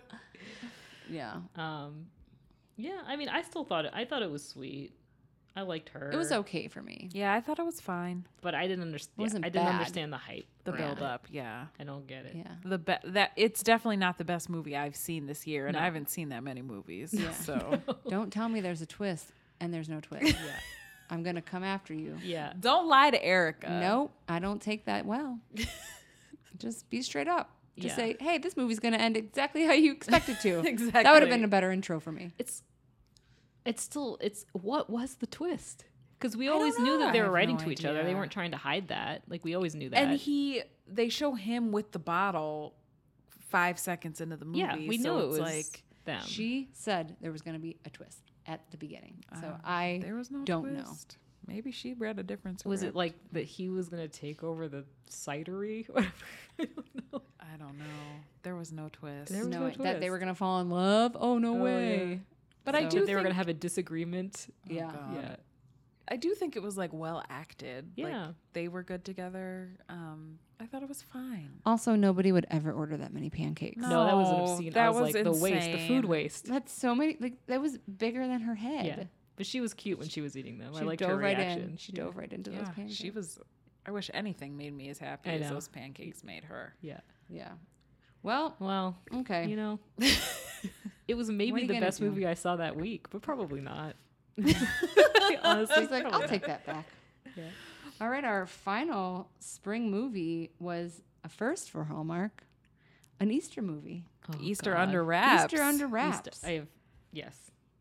Yeah.
Um, yeah, I mean, I still thought it, I thought it was sweet. I liked her.
It was okay for me.
Yeah, I thought it was fine.
but I didn't understand.
wasn't
I didn't
bad.
understand the hype.
The
around
build
it.
up, yeah.
I don't get it.
Yeah.
The be- that it's definitely not the best movie I've seen this year, and
No.
I haven't seen that many movies.
Yeah.
So
Don't tell me there's a twist and there's no twist.
Yeah.
I'm going to come after you.
Yeah.
don't lie to Erica.
Nope, I don't take that well. Just be straight up. Just
Yeah.
say, hey, this movie's going to end exactly how you expect it to.
exactly.
That would have been a better intro for me.
It's it's still it's what was the twist? Because we
don't
always knew
know.
that they
I
were
have
writing
no
to each other. They
idea.
weren't trying to hide that. Like we always knew that.
And he, they show him with the bottle five seconds into the movie.
yeah, we knew
so
it
it's
was
like
them.
She said there was going to be a twist at the beginning. So
Uh,
I,
there was no
don't know.
twist. Maybe she read a different script.
was it like that he was gonna take over the cidery? I don't know.
I don't know. There was no twist.
There was
no,
no
I- that they
twist.
were going to fall in love. Oh, no
Oh,
way.
but I
So-
do.
They were gonna
think- Oh
have a disagreement.
Yeah.
God.
yeah.
I do think it was like well acted.
Yeah.
Like they were good together. Um, I thought it was fine.
Also, nobody would ever order that many pancakes.
No, that was an
No,
obscene. I
that
was,
was
like the waste, the food
insane.
waste.
That's so many. Like, that was bigger than her head.
Yeah. But she was cute when she was eating them. I
She
liked her
dove right
reaction.
in. She dove right into those
Yeah,
pancakes.
she was. I wish anything made me as happy
I
as
know.
those pancakes made her.
Yeah.
Yeah. Well,
Well,
okay.
you know, it was
What are
maybe
you
the
gonna
best
do?
movie I saw that week, but probably not. I honestly,
She's like,
probably
I'll
not.
take that back.
Yeah.
All right, our final spring movie was a first for Hallmark, an Easter movie.
Oh,
Easter
God.
under wraps.
Easter under
Easter-
wraps.
I have yes.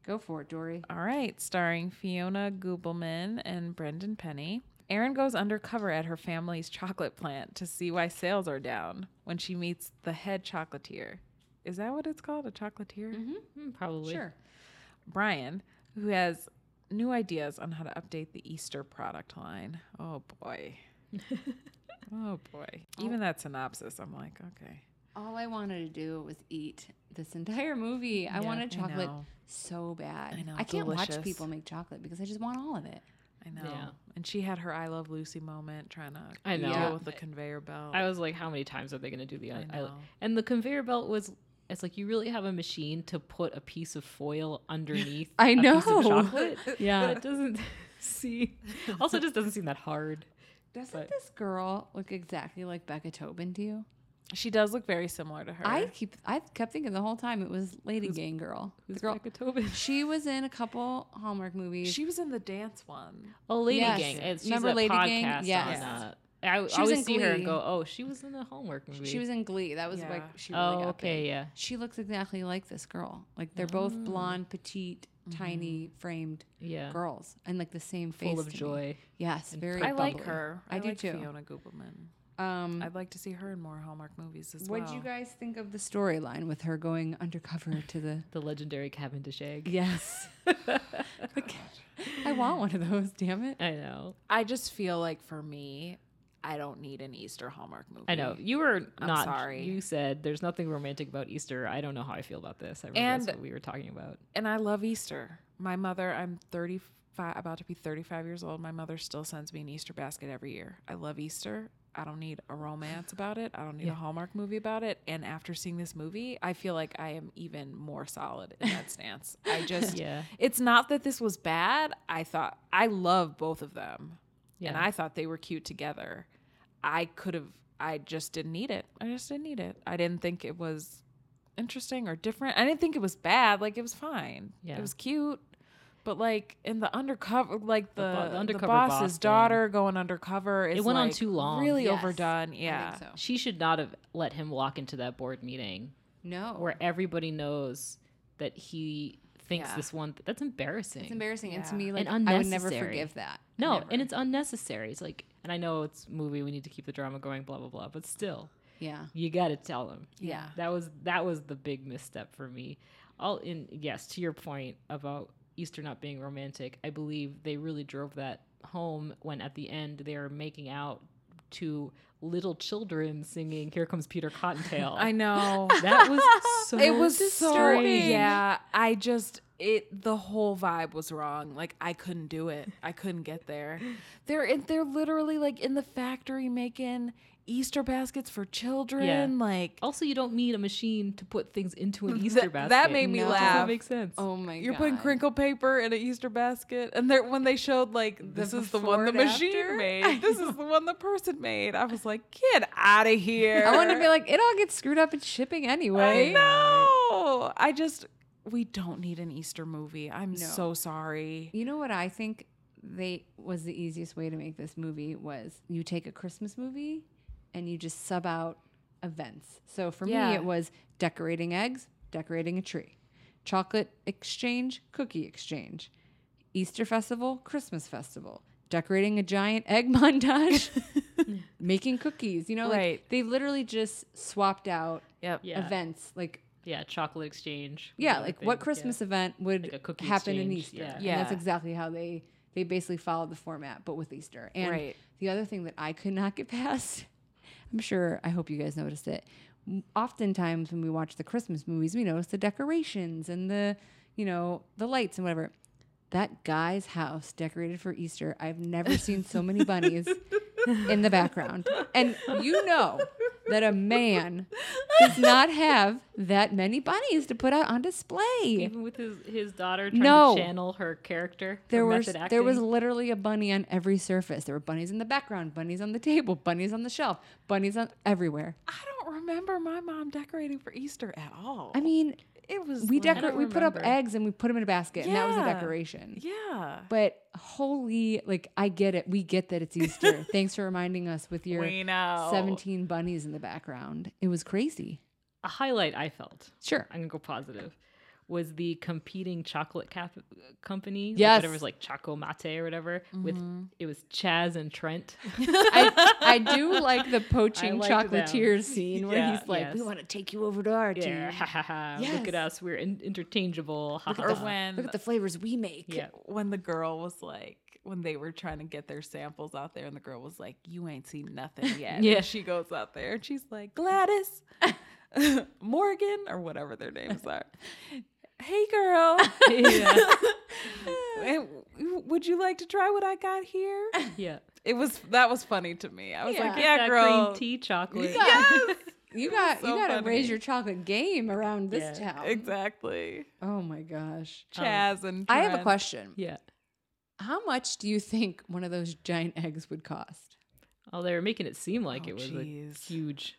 Go for it, Dory.
All right, starring Fiona Gubelman and Brendan Penny. Erin goes undercover at her family's chocolate plant to see why sales are down when she meets the head chocolatier. Is that what it's called? A chocolatier?
Hmm,
Mm, probably.
Brian, who has new ideas on how to update the Easter product line. Oh boy. oh boy. Even that synopsis, I'm like, okay.
All I wanted to do was eat this entire movie. I
Yeah,
wanted
I
chocolate
know.
so bad.
I know,
I can't watch
delicious.
people make chocolate because I just want all of it.
I know.
Yeah.
And she had her I Love Lucy moment trying to
I know.
deal
Yeah.
with the conveyor belt.
I was like, how many times are they going to do the? I
I know.
and the conveyor belt was It's like you really have a machine to put a piece of foil underneath.
I
A piece
know.
of chocolate. Yeah, it doesn't see. Also, it just doesn't seem that hard.
Doesn't
But-
this girl look exactly like Becca Tobin to you?
She does look very similar to her.
I keep I kept thinking the whole time it was Lady Gang Girl. The
Who's
girl
Becca Tobin?
she was in a couple Hallmark movies.
she was in the dance one.
Oh, Lady
Yes.
Gang. It's, she's
Remember
a
Lady
podcast
Gang? Yes.
on. Uh, I
was
always
in
see her and
Glee.
go, "Oh, she was in a homework movie."
she was in Glee. That was
Yeah.
like she really
Oh,
got
okay,
big.
yeah.
She looks exactly like this girl. Like they're both blonde, petite, tiny, framed
yeah,
girls, and like the same face.
full
to
of
me.
joy.
Yes,
and
very.
pretty.
I Mm. like
bubbly.
her.
I do
like
too.
Fiona Goobleman.
Um,
I'd like to see her in more Hallmark movies as
what'd
well.
you guys think of the storyline with her going undercover to the?
The legendary Cavendish egg.
Yes, I want one of those. Damn it!
I know.
I just feel like for me, I don't need an Easter Hallmark movie.
I know. You were
I'm
not.
sorry.
You said there's nothing romantic about Easter. I don't know how I feel about this. I remember
And-
that's what we were talking about.
and I love Easter. My mother, I'm 35, about to be 35 years old. My mother still sends me an Easter basket every year. I love Easter. I don't need a romance about it. I don't need a Hallmark movie about it. And after seeing this movie, I feel like I am even more solid in that stance. I just,
Yeah.
it's not that this was bad. I thought, I love both of them. And
Yeah.
I thought they were cute together. I could have, I just didn't need it. I just didn't need it. I didn't think it was interesting or different. I didn't think it was bad. Like it was fine.
Yeah.
It was cute. But like in the undercover, like
The bo-
the,
the
the,
undercover
boss's
boss thing.
daughter going undercover, is
It went on
like,
too long.
Really
Yes,
overdone.
I
Yeah.
think so.
She should not have let him walk into that board meeting
No,
where everybody knows that he thinks
Yeah.
this one. th- that's embarrassing.
it's embarrassing, and to
Yeah.
me, like
And
I would never
unnecessary.
forgive that.
No,
Never.
and it's unnecessary. It's like, and I know it's movie. We need to keep the drama going. Blah blah blah. But still,
yeah,
you got to tell him.
yeah.
That was that was the big misstep for me. All in yes, to your point about Easter not being romantic, I believe they really drove that home when at the end they are making out to little children singing "Here Comes Peter Cottontail."
I know.
that was so
it was so
disturbing.
yeah i just it the whole vibe was wrong like i couldn't do it i couldn't get there they're in they're literally like in the factory making easter baskets for children like
Also, you don't need a machine to put things into an
Th-
Oh, Easter
that
basket.
made
me
Does
laugh.
That makes sense.
Oh my god!
you're putting crinkle paper in an Easter basket, and they're, when they showed like this is the one
before
the
and
machine
after? I
made, this is the one the person made. I was like, get out of here!
I want to be like, it all gets screwed up in shipping anyway.
I know. I just we don't need an Easter movie. I'm
No.
so sorry.
You know what I think they was the easiest way to make this movie was you take a Christmas movie and you just sub out events. So for
Yeah.
me it was decorating eggs, decorating a tree. Chocolate exchange, cookie exchange. Easter festival, Christmas festival. Decorating a giant egg montage, making cookies. You know, like
Right.
they literally just swapped out
Yep.
Yeah.
events like
Yeah, chocolate exchange. was
yeah,
another
like
thing.
what
Yeah.
Christmas event would
Like a cookie
happen in
exchange,
Easter?
yeah.
And that's
Yeah.
exactly how they they basically followed the format, but with Easter. And
Right.
the other thing that I could not get past, I'm sure I hope you guys noticed it. m- Oftentimes when we watch the Christmas movies, we notice the decorations and the you know the lights and whatever. That guy's house decorated for Easter. I've never seen so many bunnies in the background. And you know that a man does not have that many bunnies to put out on display.
Even with his, his daughter trying
No.
to channel her character.
There
her
was
method
there was
acting.
literally a bunny on every surface. There were bunnies in the background, bunnies on the table, bunnies on the shelf, bunnies on everywhere.
I don't remember my mom decorating for Easter at all.
I mean,
it was
we
like-
decor- we put up
remember.
eggs and we put them in a basket, and that was a
Yeah.
decoration.
Yeah.
But holy, like I get it. We get that it's Easter. Thanks for reminding us with your
we know.
17 bunnies in the background. It was crazy.
a highlight I felt.
Sure.
I'm gonna go positive. Was the competing chocolate cap- company? like,
Yes. Mm-hmm.
whatever was like Choco Mate or whatever. With it was Chaz and Trent.
Oh, I, I do like the poaching
liked them.
chocolatier scene where
Yeah,
he's like,
yes.
"We want to take you over to our
yeah,
team.
ha, ha, ha. Look at
Yes.
us, we're in- interchangeable. Ha, ha,
Or
ha.
when
Look at the flavors we make."
yeah,
when the girl was like when they were trying to get their samples out there and the girl was like, You ain't seen nothing yet.
Yeah.
And she goes out there and she's like, Gladys Morgan or whatever their names are. Hey girl.
yeah,
and would you like to try what I got here?
yeah.
It was that was funny to me. I was
Yeah.
like,
Get
Yeah,
that
girl.
green tea chocolate.
Yes.
You got
so
you got to
funny.
raise your chocolate game around this
Yeah,
town.
Exactly.
Oh my gosh.
Um,
Chaz and
I have a
Trent.
question.
Yeah.
How much do you think one of those giant eggs would cost?
Oh, they were making it seem like
Oh,
it was
jeez.
a huge.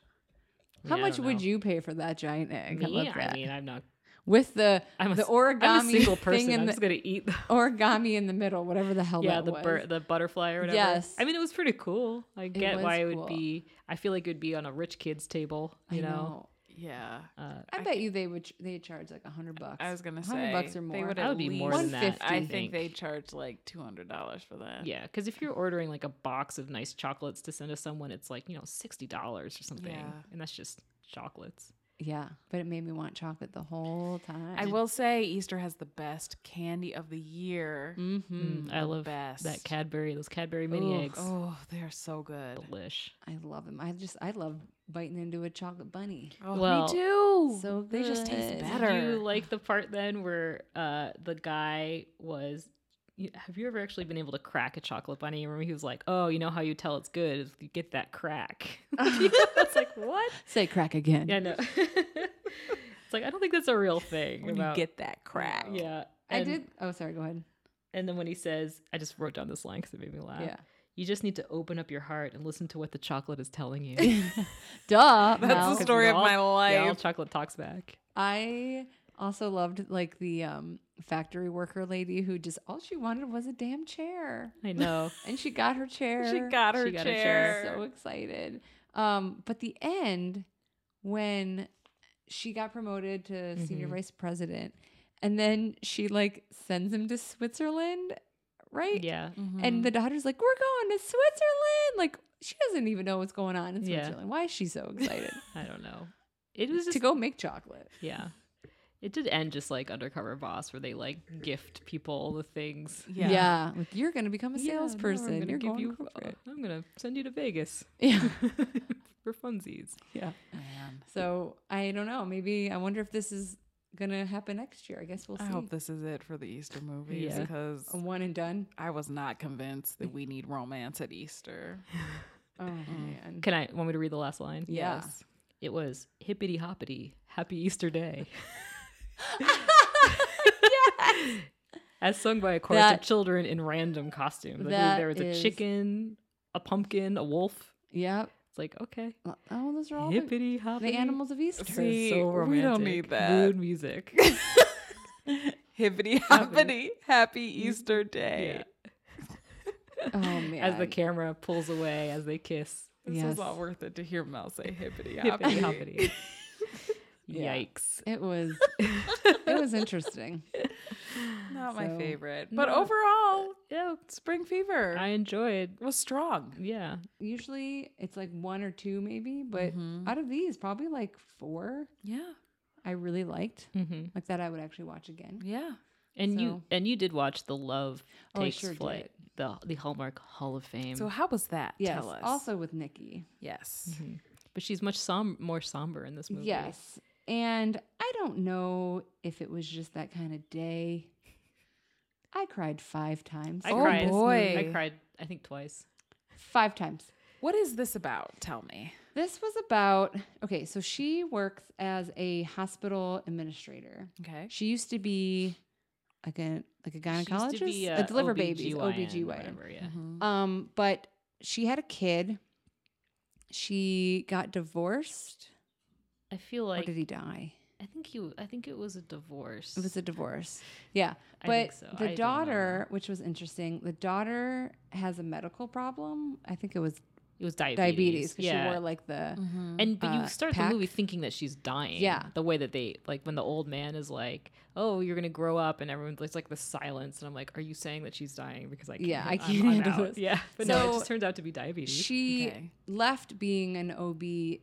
I
How
mean, I
much
don't
would
know.
you pay for that giant egg? How
Me?
about that?
I mean, I'm not.
With the
I'm a,
the
s- I'm a single
origami
person.
thing in
I'm
the
just gonna eat. The,
origami in the middle, whatever the hell
yeah,
Oh, that
the
was.
bur- the butterfly or whatever.
Yes.
I mean, it was pretty cool. I get
was
why it would
cool.
be. I feel like it would be on a rich kid's table. You
I
know.
Yeah.
Uh,
I,
I
bet you they would they charge like a hundred bucks.
I was gonna say
100 bucks or
They
more.
would,
That
at
would be more than
least-
that,
I
I
think,
think.
they charge like two hundred dollars for that.
yeah, because if you're ordering like a box of nice chocolates to send to someone, it's like you know sixty dollars or something,
Yeah.
and that's just chocolates.
yeah, but it made me want chocolate the whole time.
I will say Easter has the best candy of the year.
Mm-hmm.
Mm, I
the
love that
best.
Cadbury, those Cadbury mini
Ooh,
eggs,
Oh, they are so good.
delish.
I love them. I just I love biting into a chocolate bunny.
Oh,
Well,
me too.
so
they just taste
good.
Did
better.
you like the part then where uh, the guy was? you- Have you ever actually been able to crack a chocolate bunny? You Remember, he was like, "Oh, you know how you tell it's good is you get that crack." It's like what?
Say crack again.
Yeah, no. it's like I don't think that's a real thing.
when
about-
you get that crack.
yeah,
I
And-
did. Oh, sorry. Go ahead.
And then when he says, I just wrote down this line because it made me laugh.
Yeah.
You just need to open up your heart and listen to what the chocolate is telling you.
Duh.
That's
Mel.
the story of
Well,
my
yeah, all
life.
chocolate talks back.
I also loved like the um, factory worker lady who just all she wanted was a damn chair,
I know.
and she got her chair.
She got her
She got a
chair.
chair.
so excited. Um, but the end when she got promoted to senior
Mhm.
vice president, and then she like sends him to Switzerland, right?
yeah.
Mm-hmm.
And
Mm-hmm.
the daughter's like, "We're going to Switzerland!" Like she doesn't even know what's going on in
Yeah.
Switzerland. Why is she so excited
I don't know. It was
to
just,
go make chocolate?
yeah. It did end just like Undercover Boss, where they like gift people the things.
Yeah, like you're going to become a
Yeah, no, I'm
salesperson.
gonna
you're
give
going
you-
corporate.
I'm gonna send you to Vegas
Yeah,
for funsies.
yeah.
Man,
So I don't know. Maybe I wonder if this is going to happen next year. I guess we'll see.
I hope this is it for the Easter movies
Yeah.
because
a one and done.
I was not convinced that we need romance at Easter.
Oh
Mm-hmm.
man.
Can I want me to read the last line?
Yeah.
It was hippity hoppity, happy Easter day. As sung by a chorus
That-
of children in random costumes. I believe
that
there was a
is-
chicken, a pumpkin, a wolf.
Yep.
It's like, okay.
Well, Oh, those are all the,
Hippity
the
hoppity.
animals of Easter.
It's
See,
so romantic.
we don't need that.
Mood music.
Hippity hoppity, happy
Mm-hmm.
Easter day.
Yeah.
Oh man.
As the camera pulls away, as they kiss.
This
Yes.
is all worth it to hear Mel say hippity
Hippity
hoppity.
hoppity.
Yeah.
Yikes.
it was it was interesting.
Not my
So-
favorite, but
No.
overall,
Yeah.
Spring Fever
I enjoyed.
was strong.
Yeah.
Usually it's like one or two maybe, but out of these probably like four
Yeah,
I really liked.
Mm-hmm.
Like that I would actually watch again.
yeah.
And
So-
you and you did watch the Love
Oh, I
Takes
sure
Flight, the the Hallmark Hall of Fame.
So how was that?
Yes.
Tell us.
Also mm-hmm. with Nikki.
yes.
Mhm. But she's much som- more somber in this movie.
Yes. And I don't know if it was just that kind of day. I cried five times.
I
Oh,
cried.
this
boy.
I cried. I think twice.
Five times.
What is this about? Tell me.
This was about okay, so she works as a hospital administrator.
Okay.
She used to be like a like a
She used to
gynecologist,
be
a deliver babies,
OBGYN,
OBGYN.
whatever, yeah.
Um, but she had a kid. She got divorced,
I feel
or
like
did he die?
I think he. I think it was a divorce.
It was a divorce. Yeah,
I
but
think so. I don't
the
know.
daughter, which was interesting, the daughter has a medical problem. I think it was
It was diabetes.
diabetes because
yeah.
she wore like the
Mm-hmm.
and but
uh,
you start
pack.
the movie thinking that she's dying.
Yeah.
The way that they like when the old man is like, "Oh, you're gonna grow up," and everyone's it's like the silence, and I'm like, "Are you saying that she's dying?" Because I can't,
Yeah, I
I'm-
can't
I'm
handle
out.
this.
Yeah, but no,
So-
it just turns out to be diabetes.
she
Okay.
left being an OB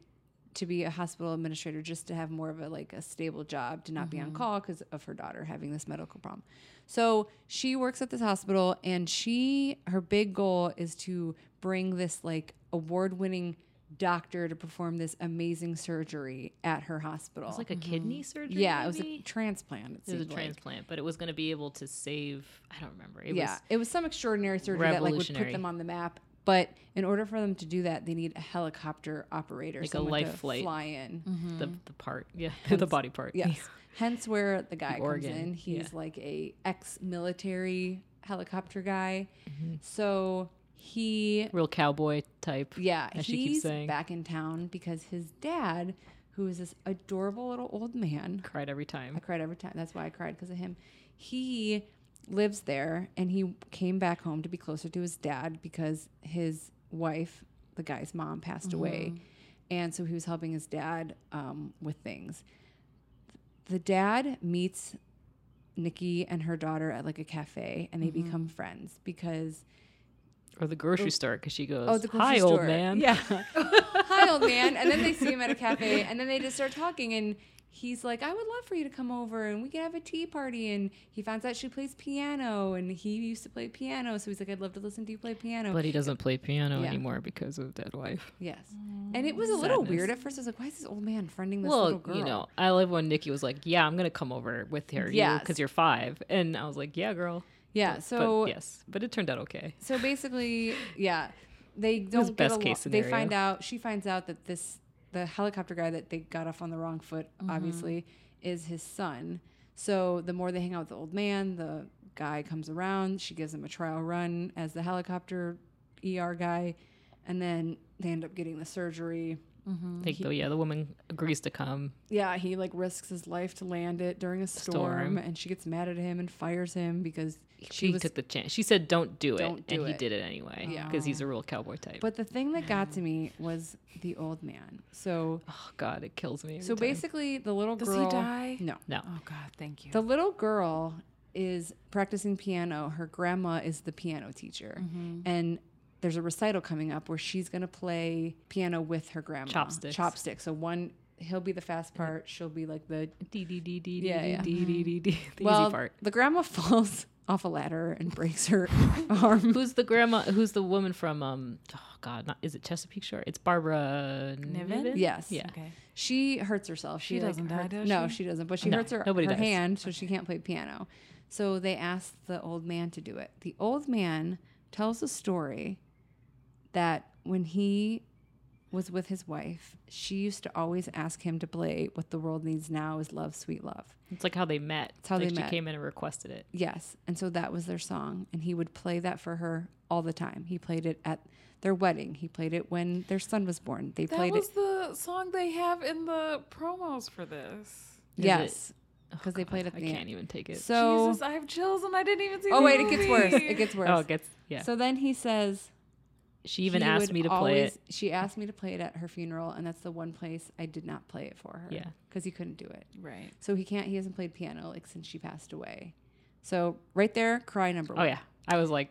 to be a hospital administrator just to have more of a like a stable job to not be
Mm-hmm.
on call because of her daughter having this medical problem. So she works at this hospital and she her big goal is to bring this like award-winning doctor to perform this amazing surgery at her hospital.
It's like a kidney surgery.
Mm-hmm. yeah, it was a
maybe?
transplant. It,
It was a
seemed like.
transplant, but it was going to be able to save. I don't remember. It
yeah,
was
it was some extraordinary surgery that like would put
revolutionary.
them on the map But in order for them to do that, they need a helicopter operator,
Like a
someone
life
to
flight. Mm-hmm.
fly in.
the, the part, yeah, the body part.
Yes. Hence where the guy comes
organ,
in. He's
yeah.
like a ex-military helicopter guy.
Mm-hmm.
So he
real cowboy type.
yeah,
as
he's
she keeps saying.
back in town because his dad, who is this adorable little old man,
Cried every time.
I cried every time. That's why I cried because of him. He lives there and he came back home to be closer to his dad because his wife, the guy's mom, passed away. And so he was helping his dad um, with things. The dad meets Nikki and her daughter at like a cafe and they become friends because
Or the grocery store because she goes,
oh the grocery
"Hi,
store.
old man."
yeah hi old man and then they see him at a cafe and then they just start talking and he's like i would love for you to come over and we could have a tea party and he finds out she plays piano and he used to play piano so he's like i'd love to listen to you play piano
But he doesn't play piano
Yeah.
anymore because of dead wife.
yes and it was a little
Sadness.
weird at first i was like why is this old man friending this little
Well,
girl
you know, I love when Nikki was like, "Yeah, I'm gonna come over with her, yeah,
Yes.
because you're five. and I was like, "Yeah, girl."
yeah so
but yes, but it turned out okay.
so basically yeah they don't get
best
along.
case
they find
scenario.
out she finds out that this the helicopter guy that they got off on the wrong foot
Mm-hmm.
obviously is his son so the more they hang out with the old man the guy comes around she gives him a trial run as the helicopter er guy and then they end up getting the surgery Mm,
Like, though, yeah, the woman agrees to come.
yeah, he like risks his life to land it during a storm,
Storm.
and she gets mad at him and fires him because
She,
she was
took the chance. She said, "Don't do it,"
Don't do
and he
it.
did it anyway.
Yeah.
because he's a real cowboy type.
But the thing that got to me was the old man. So
oh God, it kills me. every
so
time.
basically the little
Does he
girl
die?
No.
no.
Oh God, thank you.
The little girl is practicing piano. Her grandma is the piano teacher.
Mm-hmm.
And there's a recital coming up where she's going to play piano with her grandma.
Chopsticks.
Chopsticks. So one he'll be the fast part, she'll be like the
D D D D
Yeah,
D
yeah.
D D D D. The
well,
easy part.
The grandma falls off a ladder and breaks her arm.
Who's the grandma? Who's the woman from? Um, oh God, not, is it Chesapeake Shore? It's Barbara
Niven?
Niven.
Yes.
Yeah.
okay.
She hurts herself. She,
She
like,
doesn't die,
hurts-
does
No,
she?
she doesn't. But she
No,
hurts her,
nobody
her
dies.
hand, so she can't play piano. So they asked the old man to do it. The old man tells a story that when he was with his wife, she used to always ask him to play "What the World Needs Now Is Love, Sweet Love."
It's like how they met.
It's how
like
they
she
met.
came in and requested it.
Yes, and so that was their song, and he would play that for her all the time. He played it at their wedding. He played it when their son was born. They
That
played
was
it.
the song they have in the promos for this.
Is it-
yes,
Oh,
because they
God,
played at
I
the
can't
end.
even take it.
So
Jesus, I have chills and I didn't even see.
Oh
the
wait, it gets worse.
movie.
It gets worse.
oh, it gets yeah.
So then he says
she even
he
asked
would
me to play
always-
it.
She asked me to play it at her funeral, and that's the one place I did not play it for her.
Yeah.
because he couldn't do it.
right.
So he can't. He hasn't played piano like since she passed away. So right there, cry number
Oh
one.
yeah, I was like,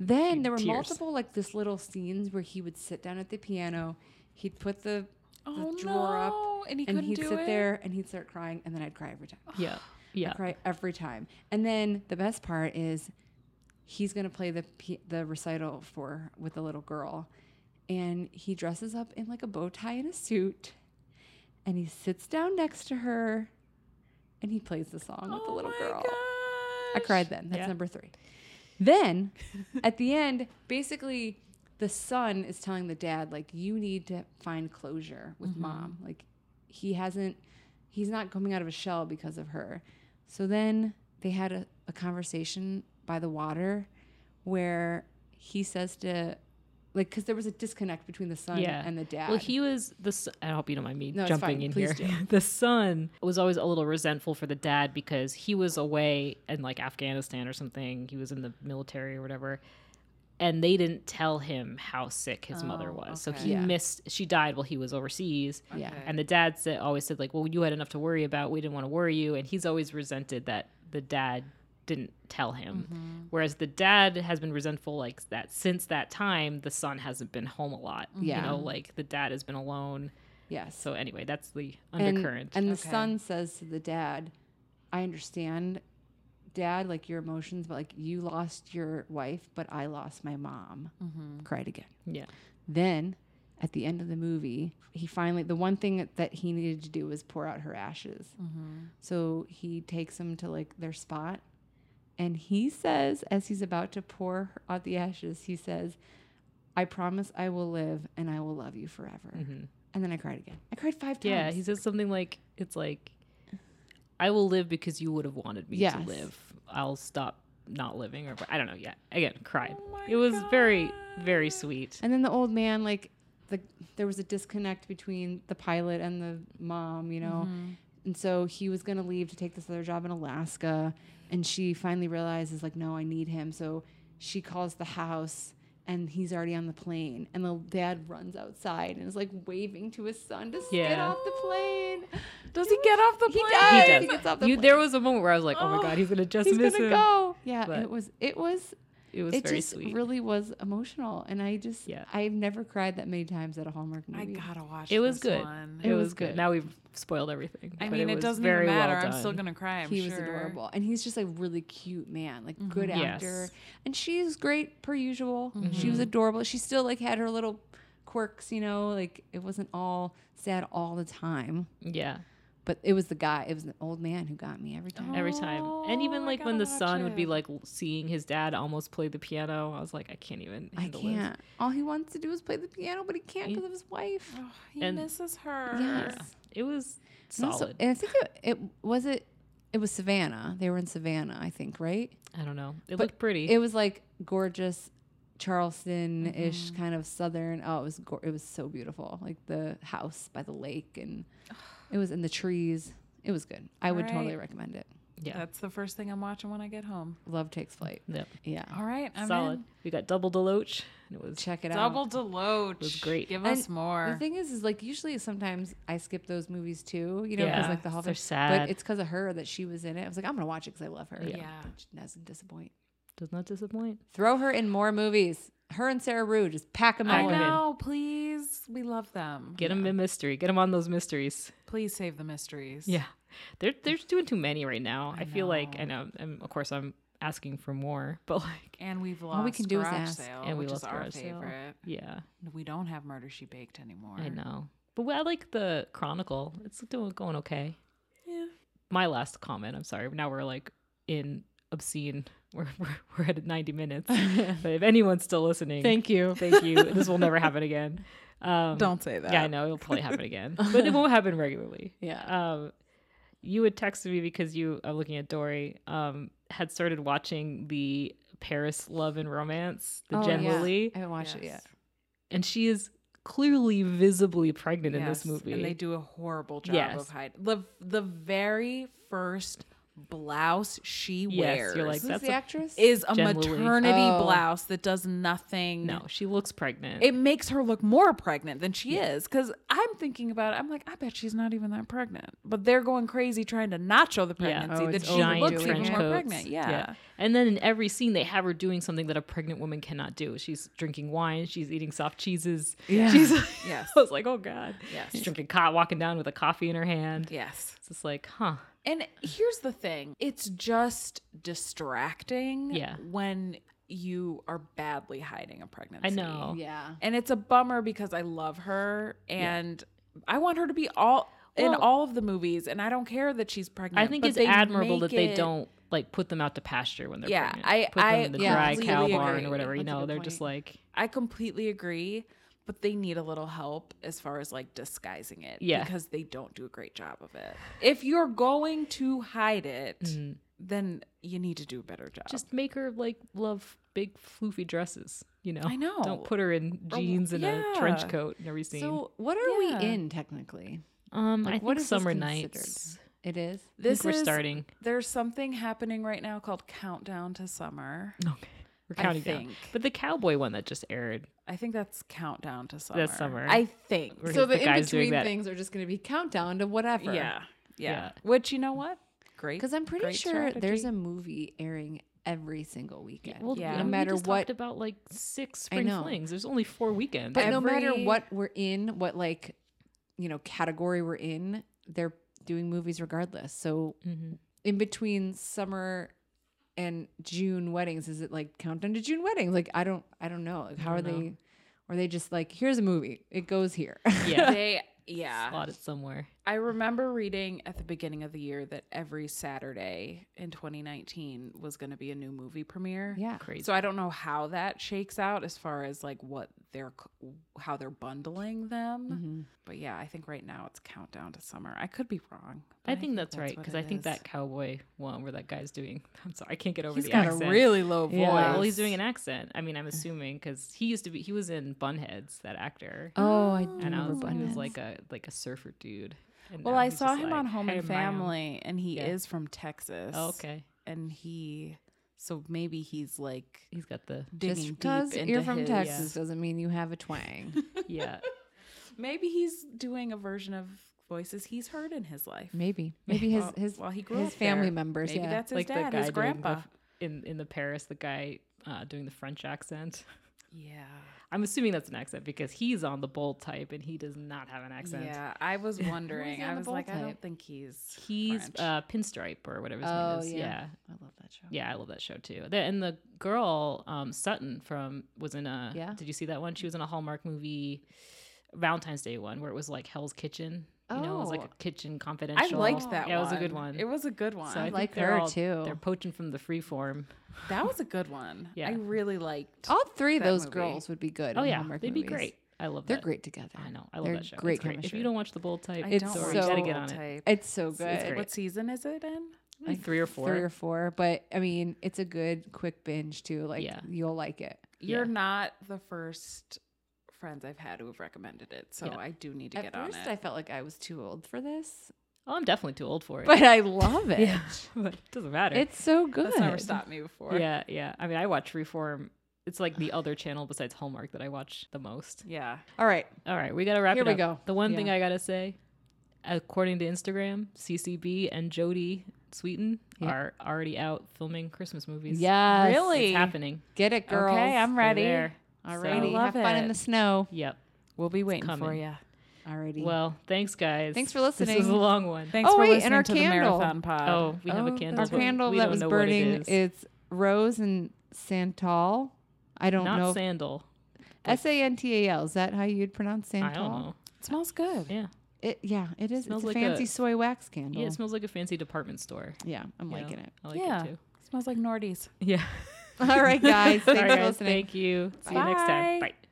Then there were
Tears.
multiple like this little scenes where he would sit down at the piano, he'd put the
Oh
drawer up,
no! and he
and
couldn't
he'd
do
sit
it.
there and he'd start crying, and then I'd cry every time.
yeah, yeah.
cry every time. And then the best part is he's going to play the p- the recital for with the little girl and he dresses up in like a bow tie and a suit and he sits down next to her and he plays the song with the
Oh
little
my
girl.
Gosh.
I cried then. That's
Yeah.
number 3. Then at the end, basically the son is telling the dad like you need to find closure with
Mm-hmm.
mom. Like he hasn't he's not coming out of a shell because of her. So then they had a, a conversation by the water where he says to, like, because there was a disconnect between the son
Yeah.
and the dad.
Well, he was the. s- I hope you don't mind me
No, it's fine.
jumping in
Please
here. The son was always a little resentful for the dad because he was away in like Afghanistan or something. He was in the military or whatever, and they didn't tell him how sick his mother
Oh,
was. So
okay.
he
Yeah.
missed. She died while he was overseas.
yeah.
Okay.
And the dad said, always said like, "Well, you had enough to worry about. We didn't want to worry you." And he's always resented that the dad didn't tell him. Whereas the dad has been resentful like that since that time. The son hasn't been home a lot.
Yeah.
You know, like the dad has been alone.
Yes.
So anyway, that's the
and,
undercurrent.
And the
Okay.
son says to the dad, I understand, dad, like your emotions, but like you lost your wife, but I lost my mom.
Mm-hmm.
Cried again.
yeah.
Then at the end of the movie, he finally, the one thing that he needed to do was pour out her ashes.
Mm-hmm.
So he takes him to like their spot. And he says, as he's about to pour out the ashes, he says, I promise I will live and I will love you forever.
Mhm.
And then I cried again. I cried five times.
Yeah, he says something like, "It's like, I will live because you would have wanted me to
Yes.
live. I'll stop not living, or I don't know. Yeah, again, cried.
Oh my
it was very, very
God.
sweet.
And then the old man, like, the, there was a disconnect between the pilot and the mom, you know?
Mm-hmm.
And so he was going to leave to take this other job in Alaska. And she finally realizes, like, no, I need him. So she calls the house and he's already on the plane. And the dad runs outside and is like waving to his son to get
Yeah.
off the plane.
Does he get off the plane?
does.
He
He
does.
gets off the
you,
plane.
there was a moment where I was like, "Oh, my
Oh,
god, he's gonna just
He's
miss
gonna
him."
go. Yeah,
But-
it was it was
It was
it
very
just
sweet.
really was emotional, and I just
Yeah.
I've never cried that many times at a Hallmark
I
movie.
gotta watch.
It was
this
good.
One.
it,
It
was,
was
good.
good.
Now we've spoiled everything.
I
but
mean, it,
was
doesn't
very
even matter.
Well
I'm still
done.
gonna cry. I'm
he was
sure.
adorable, and he's just a really cute man, like good
Mhm.
actor,
Yes.
and she's great per usual. She was adorable. She still like had her little quirks, you know, like it wasn't all sad all the time.
Yeah,
But it was the guy, it was an old man who got me every time.
every time, and
Oh,
even
I
like when
gotta
the
watch
son would be
it.
like l- seeing his dad almost play the piano, I was like, I can't even.
I
handle this.
can't. All he wants to do is play the piano, but he can't
Yeah.
because of his wife.
Oh, he
And-
misses her.
Yes.
It was
And also-
solid.
and I think it, it was it. It was Savannah. They were in Savannah, I think, right?
I don't know. It
But
looked pretty.
It was like gorgeous Charleston-ish
Mm-hmm.
kind of southern. Oh, it was gor it was so beautiful. Like the house by the lake and it was in the trees. It was good. I would totally
Alright.
recommend it.
yeah.
That's the first thing I'm watching when I get home.
Love takes flight.
Yep.
Yeah.
All right, I'm
solid.
in.
We got double Deloach, and it was
Check it
Double
out.
Deloach.
was great.
Give
And
us more.
The thing is, is like usually sometimes I skip those movies too, you know, because
Yeah,
like the
they're
holiday.
sad.
But it's because of her that she was in it. I was like, I'm gonna watch it because I love her.
Yeah.
Yeah.
But she doesn't disappoint.
does not disappoint.
Throw her in more movies. Her and Sarah Rue just pack them
I
all
all
of it.
know. Please, we love them.
Get them in mystery. Get them on those mysteries.
Please save the mysteries.
Yeah, they're they're just doing too many right now. I,
I
feel like,
know.
and um, and of course I'm asking for more, but like,
And we've lost
All we can do is
garage
ask.
sale,
And we
which is
lost
our
Garage Sale.
favorite.
yeah,
We don't have Murder She Baked anymore.
I know. But I like the Chronicle. It's doing going okay.
Yeah.
My last comment. I'm sorry. Now we're like in obscene. We're we're, we're at 90 minutes. but if anyone's still listening,
you.
thank you. This will never happen again. Um,
say that.
Yeah, I know it'll probably happen again, but it won't happen regularly.
Yeah.
Um, you had texted me because you, I'm looking at Dory, um, had started watching the Paris Love and Romance,
Oh,
the Jen
yeah.
Lilly,
I haven't watched it
Yes.
yet.
and she is clearly visibly pregnant in this
Yes,
movie.
And they do a horrible job
Yes.
of hiding. The, the very first blouse she
Yes,
wears
you're like,
Who's
that's
the
a-
actress?
is a
Jen Lilly.
maternity
Oh.
blouse that does nothing.
no, she looks pregnant.
It makes her look more pregnant than she is. Because I'm thinking about it, I'm like, I bet she's not even that pregnant. But they're going crazy trying to not show the
yeah,
pregnancy
Oh,
that
it's
she looks
giant
even
trench
more
coats.
pregnant. Yeah.
and then in every scene they have her doing something that a pregnant woman cannot do. She's drinking wine, she's eating soft cheeses.
Yeah.
she's.
Yes.
I was like, oh god.
Yes.
she's drinking, co- walking down with a coffee in her hand.
Yes.
It's just like, huh?
And here's the thing it's just distracting
Yeah.
when you are badly hiding a pregnancy.
I know.
yeah.
And it's a bummer because I love her and I want her to be all. in
Well-
all of the movies, and I don't care that she's pregnant.
I think
but
it's
they
admirable that
make
they
it-
don't like put them out to pasture when they're
Yeah,
pregnant.
I-
put them
I
in the
Yeah,
dry
completely
cow
agree.
barn or whatever. You
That's a
know,
good
they're just like
I completely agree, but they need a little help as far as like disguising it.
Yeah.
Because they don't do a great job of it. If you're going to hide it,
mm,
then you need to do a better job.
just make her like love big floofy dresses. You know,
I know.
Don't put her in
Or-
jeans and a trench
yeah.
coat in every scene.
So what are
Yeah.
we in technically?
um,
Like,
I think
what is this
summer
considered?
nights.
It is.
This
this
we're
is
starting.
there's something happening right now called Countdown to Summer.
Okay, we're counting
I
down.
think.
But the cowboy one that just aired.
I think that's Countdown to Summer.
That's summer.
I think.
We're- So the the guys doing in-between that-
things are just going to be countdown to whatever.
Yeah. Yeah.
Yeah.
Which you know what? Great.
Because I'm pretty
Great
sure there's
strategy.
a movie airing every single weekend.
Well,
Yeah.
yeah.
no
we
matter
just
what.
talked about like six
I
spring
know.
flings. There's only four weekends.
but no matter
every-
what we're in, what like, you know, category we're in, they're doing movies regardless. So
Mhm.
in between summer and June weddings? Is it like countdown to June weddings? Like I don't I don't know. Like how are
don't know.
they or they just like here's a movie. It goes here.
yeah,
they yeah.
slot it somewhere.
I remember reading at the beginning of the year that every Saturday in 2019 was going to be a new movie premiere.
yeah.
Crazy.
So I don't know how that shakes out as far as like what their c- how they're bundling them.
Mm-hmm.
Mhm.
But yeah, I think right now it's countdown to summer. I could be wrong. but
I think that's right
what
because I
it
think
is.
that cowboy one where that guy's doing. I'm sorry, I can't get over.
he's
the
got
accent.
a really low voice.
Yeah. Well, he's doing an accent. I mean, I'm assuming because he used to be. He was in Bunheads, that actor,
Oh, I
and I
remember
was, he was
Bunheads.
like a like a surfer dude. And
Well,
now
I
he's
saw
just
him
like,
on Home
"Hey,
and
ma'am."
Family, and he
Yeah.
is from Texas.
Oh, okay,
and he, so maybe he's like
he's got the
digging
Just
deep
because
into
you're from
his-
Texas doesn't mean you have a twang.
yeah.
Maybe he's doing a version of voices he's heard in his life.
Maybe, maybe his
Well-
his
well, he grew
his
up
family
there.
members.
Maybe
yeah,
that's his
like
dad,
the guy
his grandpa.
Doing the, in in the Paris, the guy uh, doing the French accent.
yeah.
I'm assuming that's an accent because he's on the bold type and he does not have an accent.
Yeah, I was wondering.
on
I
the
was
bold
like, I don't
type?
think he's
He's
French.
uh, pinstripe or whatever his
Oh,
name is.
yeah.
yeah.
I love that show.
Yeah, I love that show too. The, and the girl um, Sutton from was in a.
Yeah.
Did you see that one? She was in a Hallmark movie, Valentine's Day one, where it was like Hell's Kitchen. You know, it was like
Oh.
a kitchen
I
confidential.
liked that.
Yeah, it
one.
was a good one.
It was a good one.
So I,
I
think
like
they're
her,
all-
too.
They're poaching from the free form.
that was a good one.
Yeah.
I really liked.
All three of
That
those
movie.
girls would be good.
Oh
in
yeah,
Hallmark
they'd be
movies.
great. I love.
They're
that.
great together.
I know. I love
They're
that show. It's
Great
great. If
chemistry.
you don't watch the bold type,
I
It's
don't
sorry,
watch
you gotta
so
get on it.
It's so good.
it's great.
What season is it in?
Like three or four.
Three or four, but I mean, it's a good quick binge too. Like
Yeah.
you'll like it.
You're
Yeah.
not the first friends I've had who have recommended it, so
Yeah.
I do need to
At
get on
first,
it.
I felt like I was too old for this,
Oh, I'm definitely too old for it.
but I love it.
yeah, but it doesn't matter.
It's so good.
That's never stopped me before.
yeah, yeah. I mean, I watch Freeform. It's like the other channel besides Hallmark that I watch the most.
Yeah.
All right,
All right, we gotta wrap
Here
it
we
up.
go.
The one
Yeah.
thing I gotta say, according to Instagram, CCB and Jody Sweeten
Yeah.
are already out filming Christmas movies.
yes,
Really?
it's happening.
get it, girls.
Okay, I'm
They're
ready.
there.
Alrighty,
So-
Love
have fun
it.
in the snow.
Yep.
We'll be waiting for
coming.
you.
Alrighty.
Well, thanks guys.
Thanks for
This was a
listening.
long one.
Thanks
Oh,
for
wait, and
listening
our
to the
candle.
marathon pod.
Oh, we have a
Oh,
candle.
our
that's
but
candle
we
that
don't
was
know what it
burning
is.
is rose and santal. I don't
not
know.
sandal.
S a n t a l. Is that how you'd pronounce santal?
I don't know.
It smells good.
Yeah.
It yeah, it is.
Smells
it's a
like
fancy
a-
soy wax candle.
Yeah, it smells like a fancy department store.
yeah, I'm
you know?
liking it.
I like
Yeah.
it too.
It smells like Nordy's.
Yeah.
All right, guys. Thanks
All
for
right,
listening.
Thank you. See you next
Bye.
time. Bye.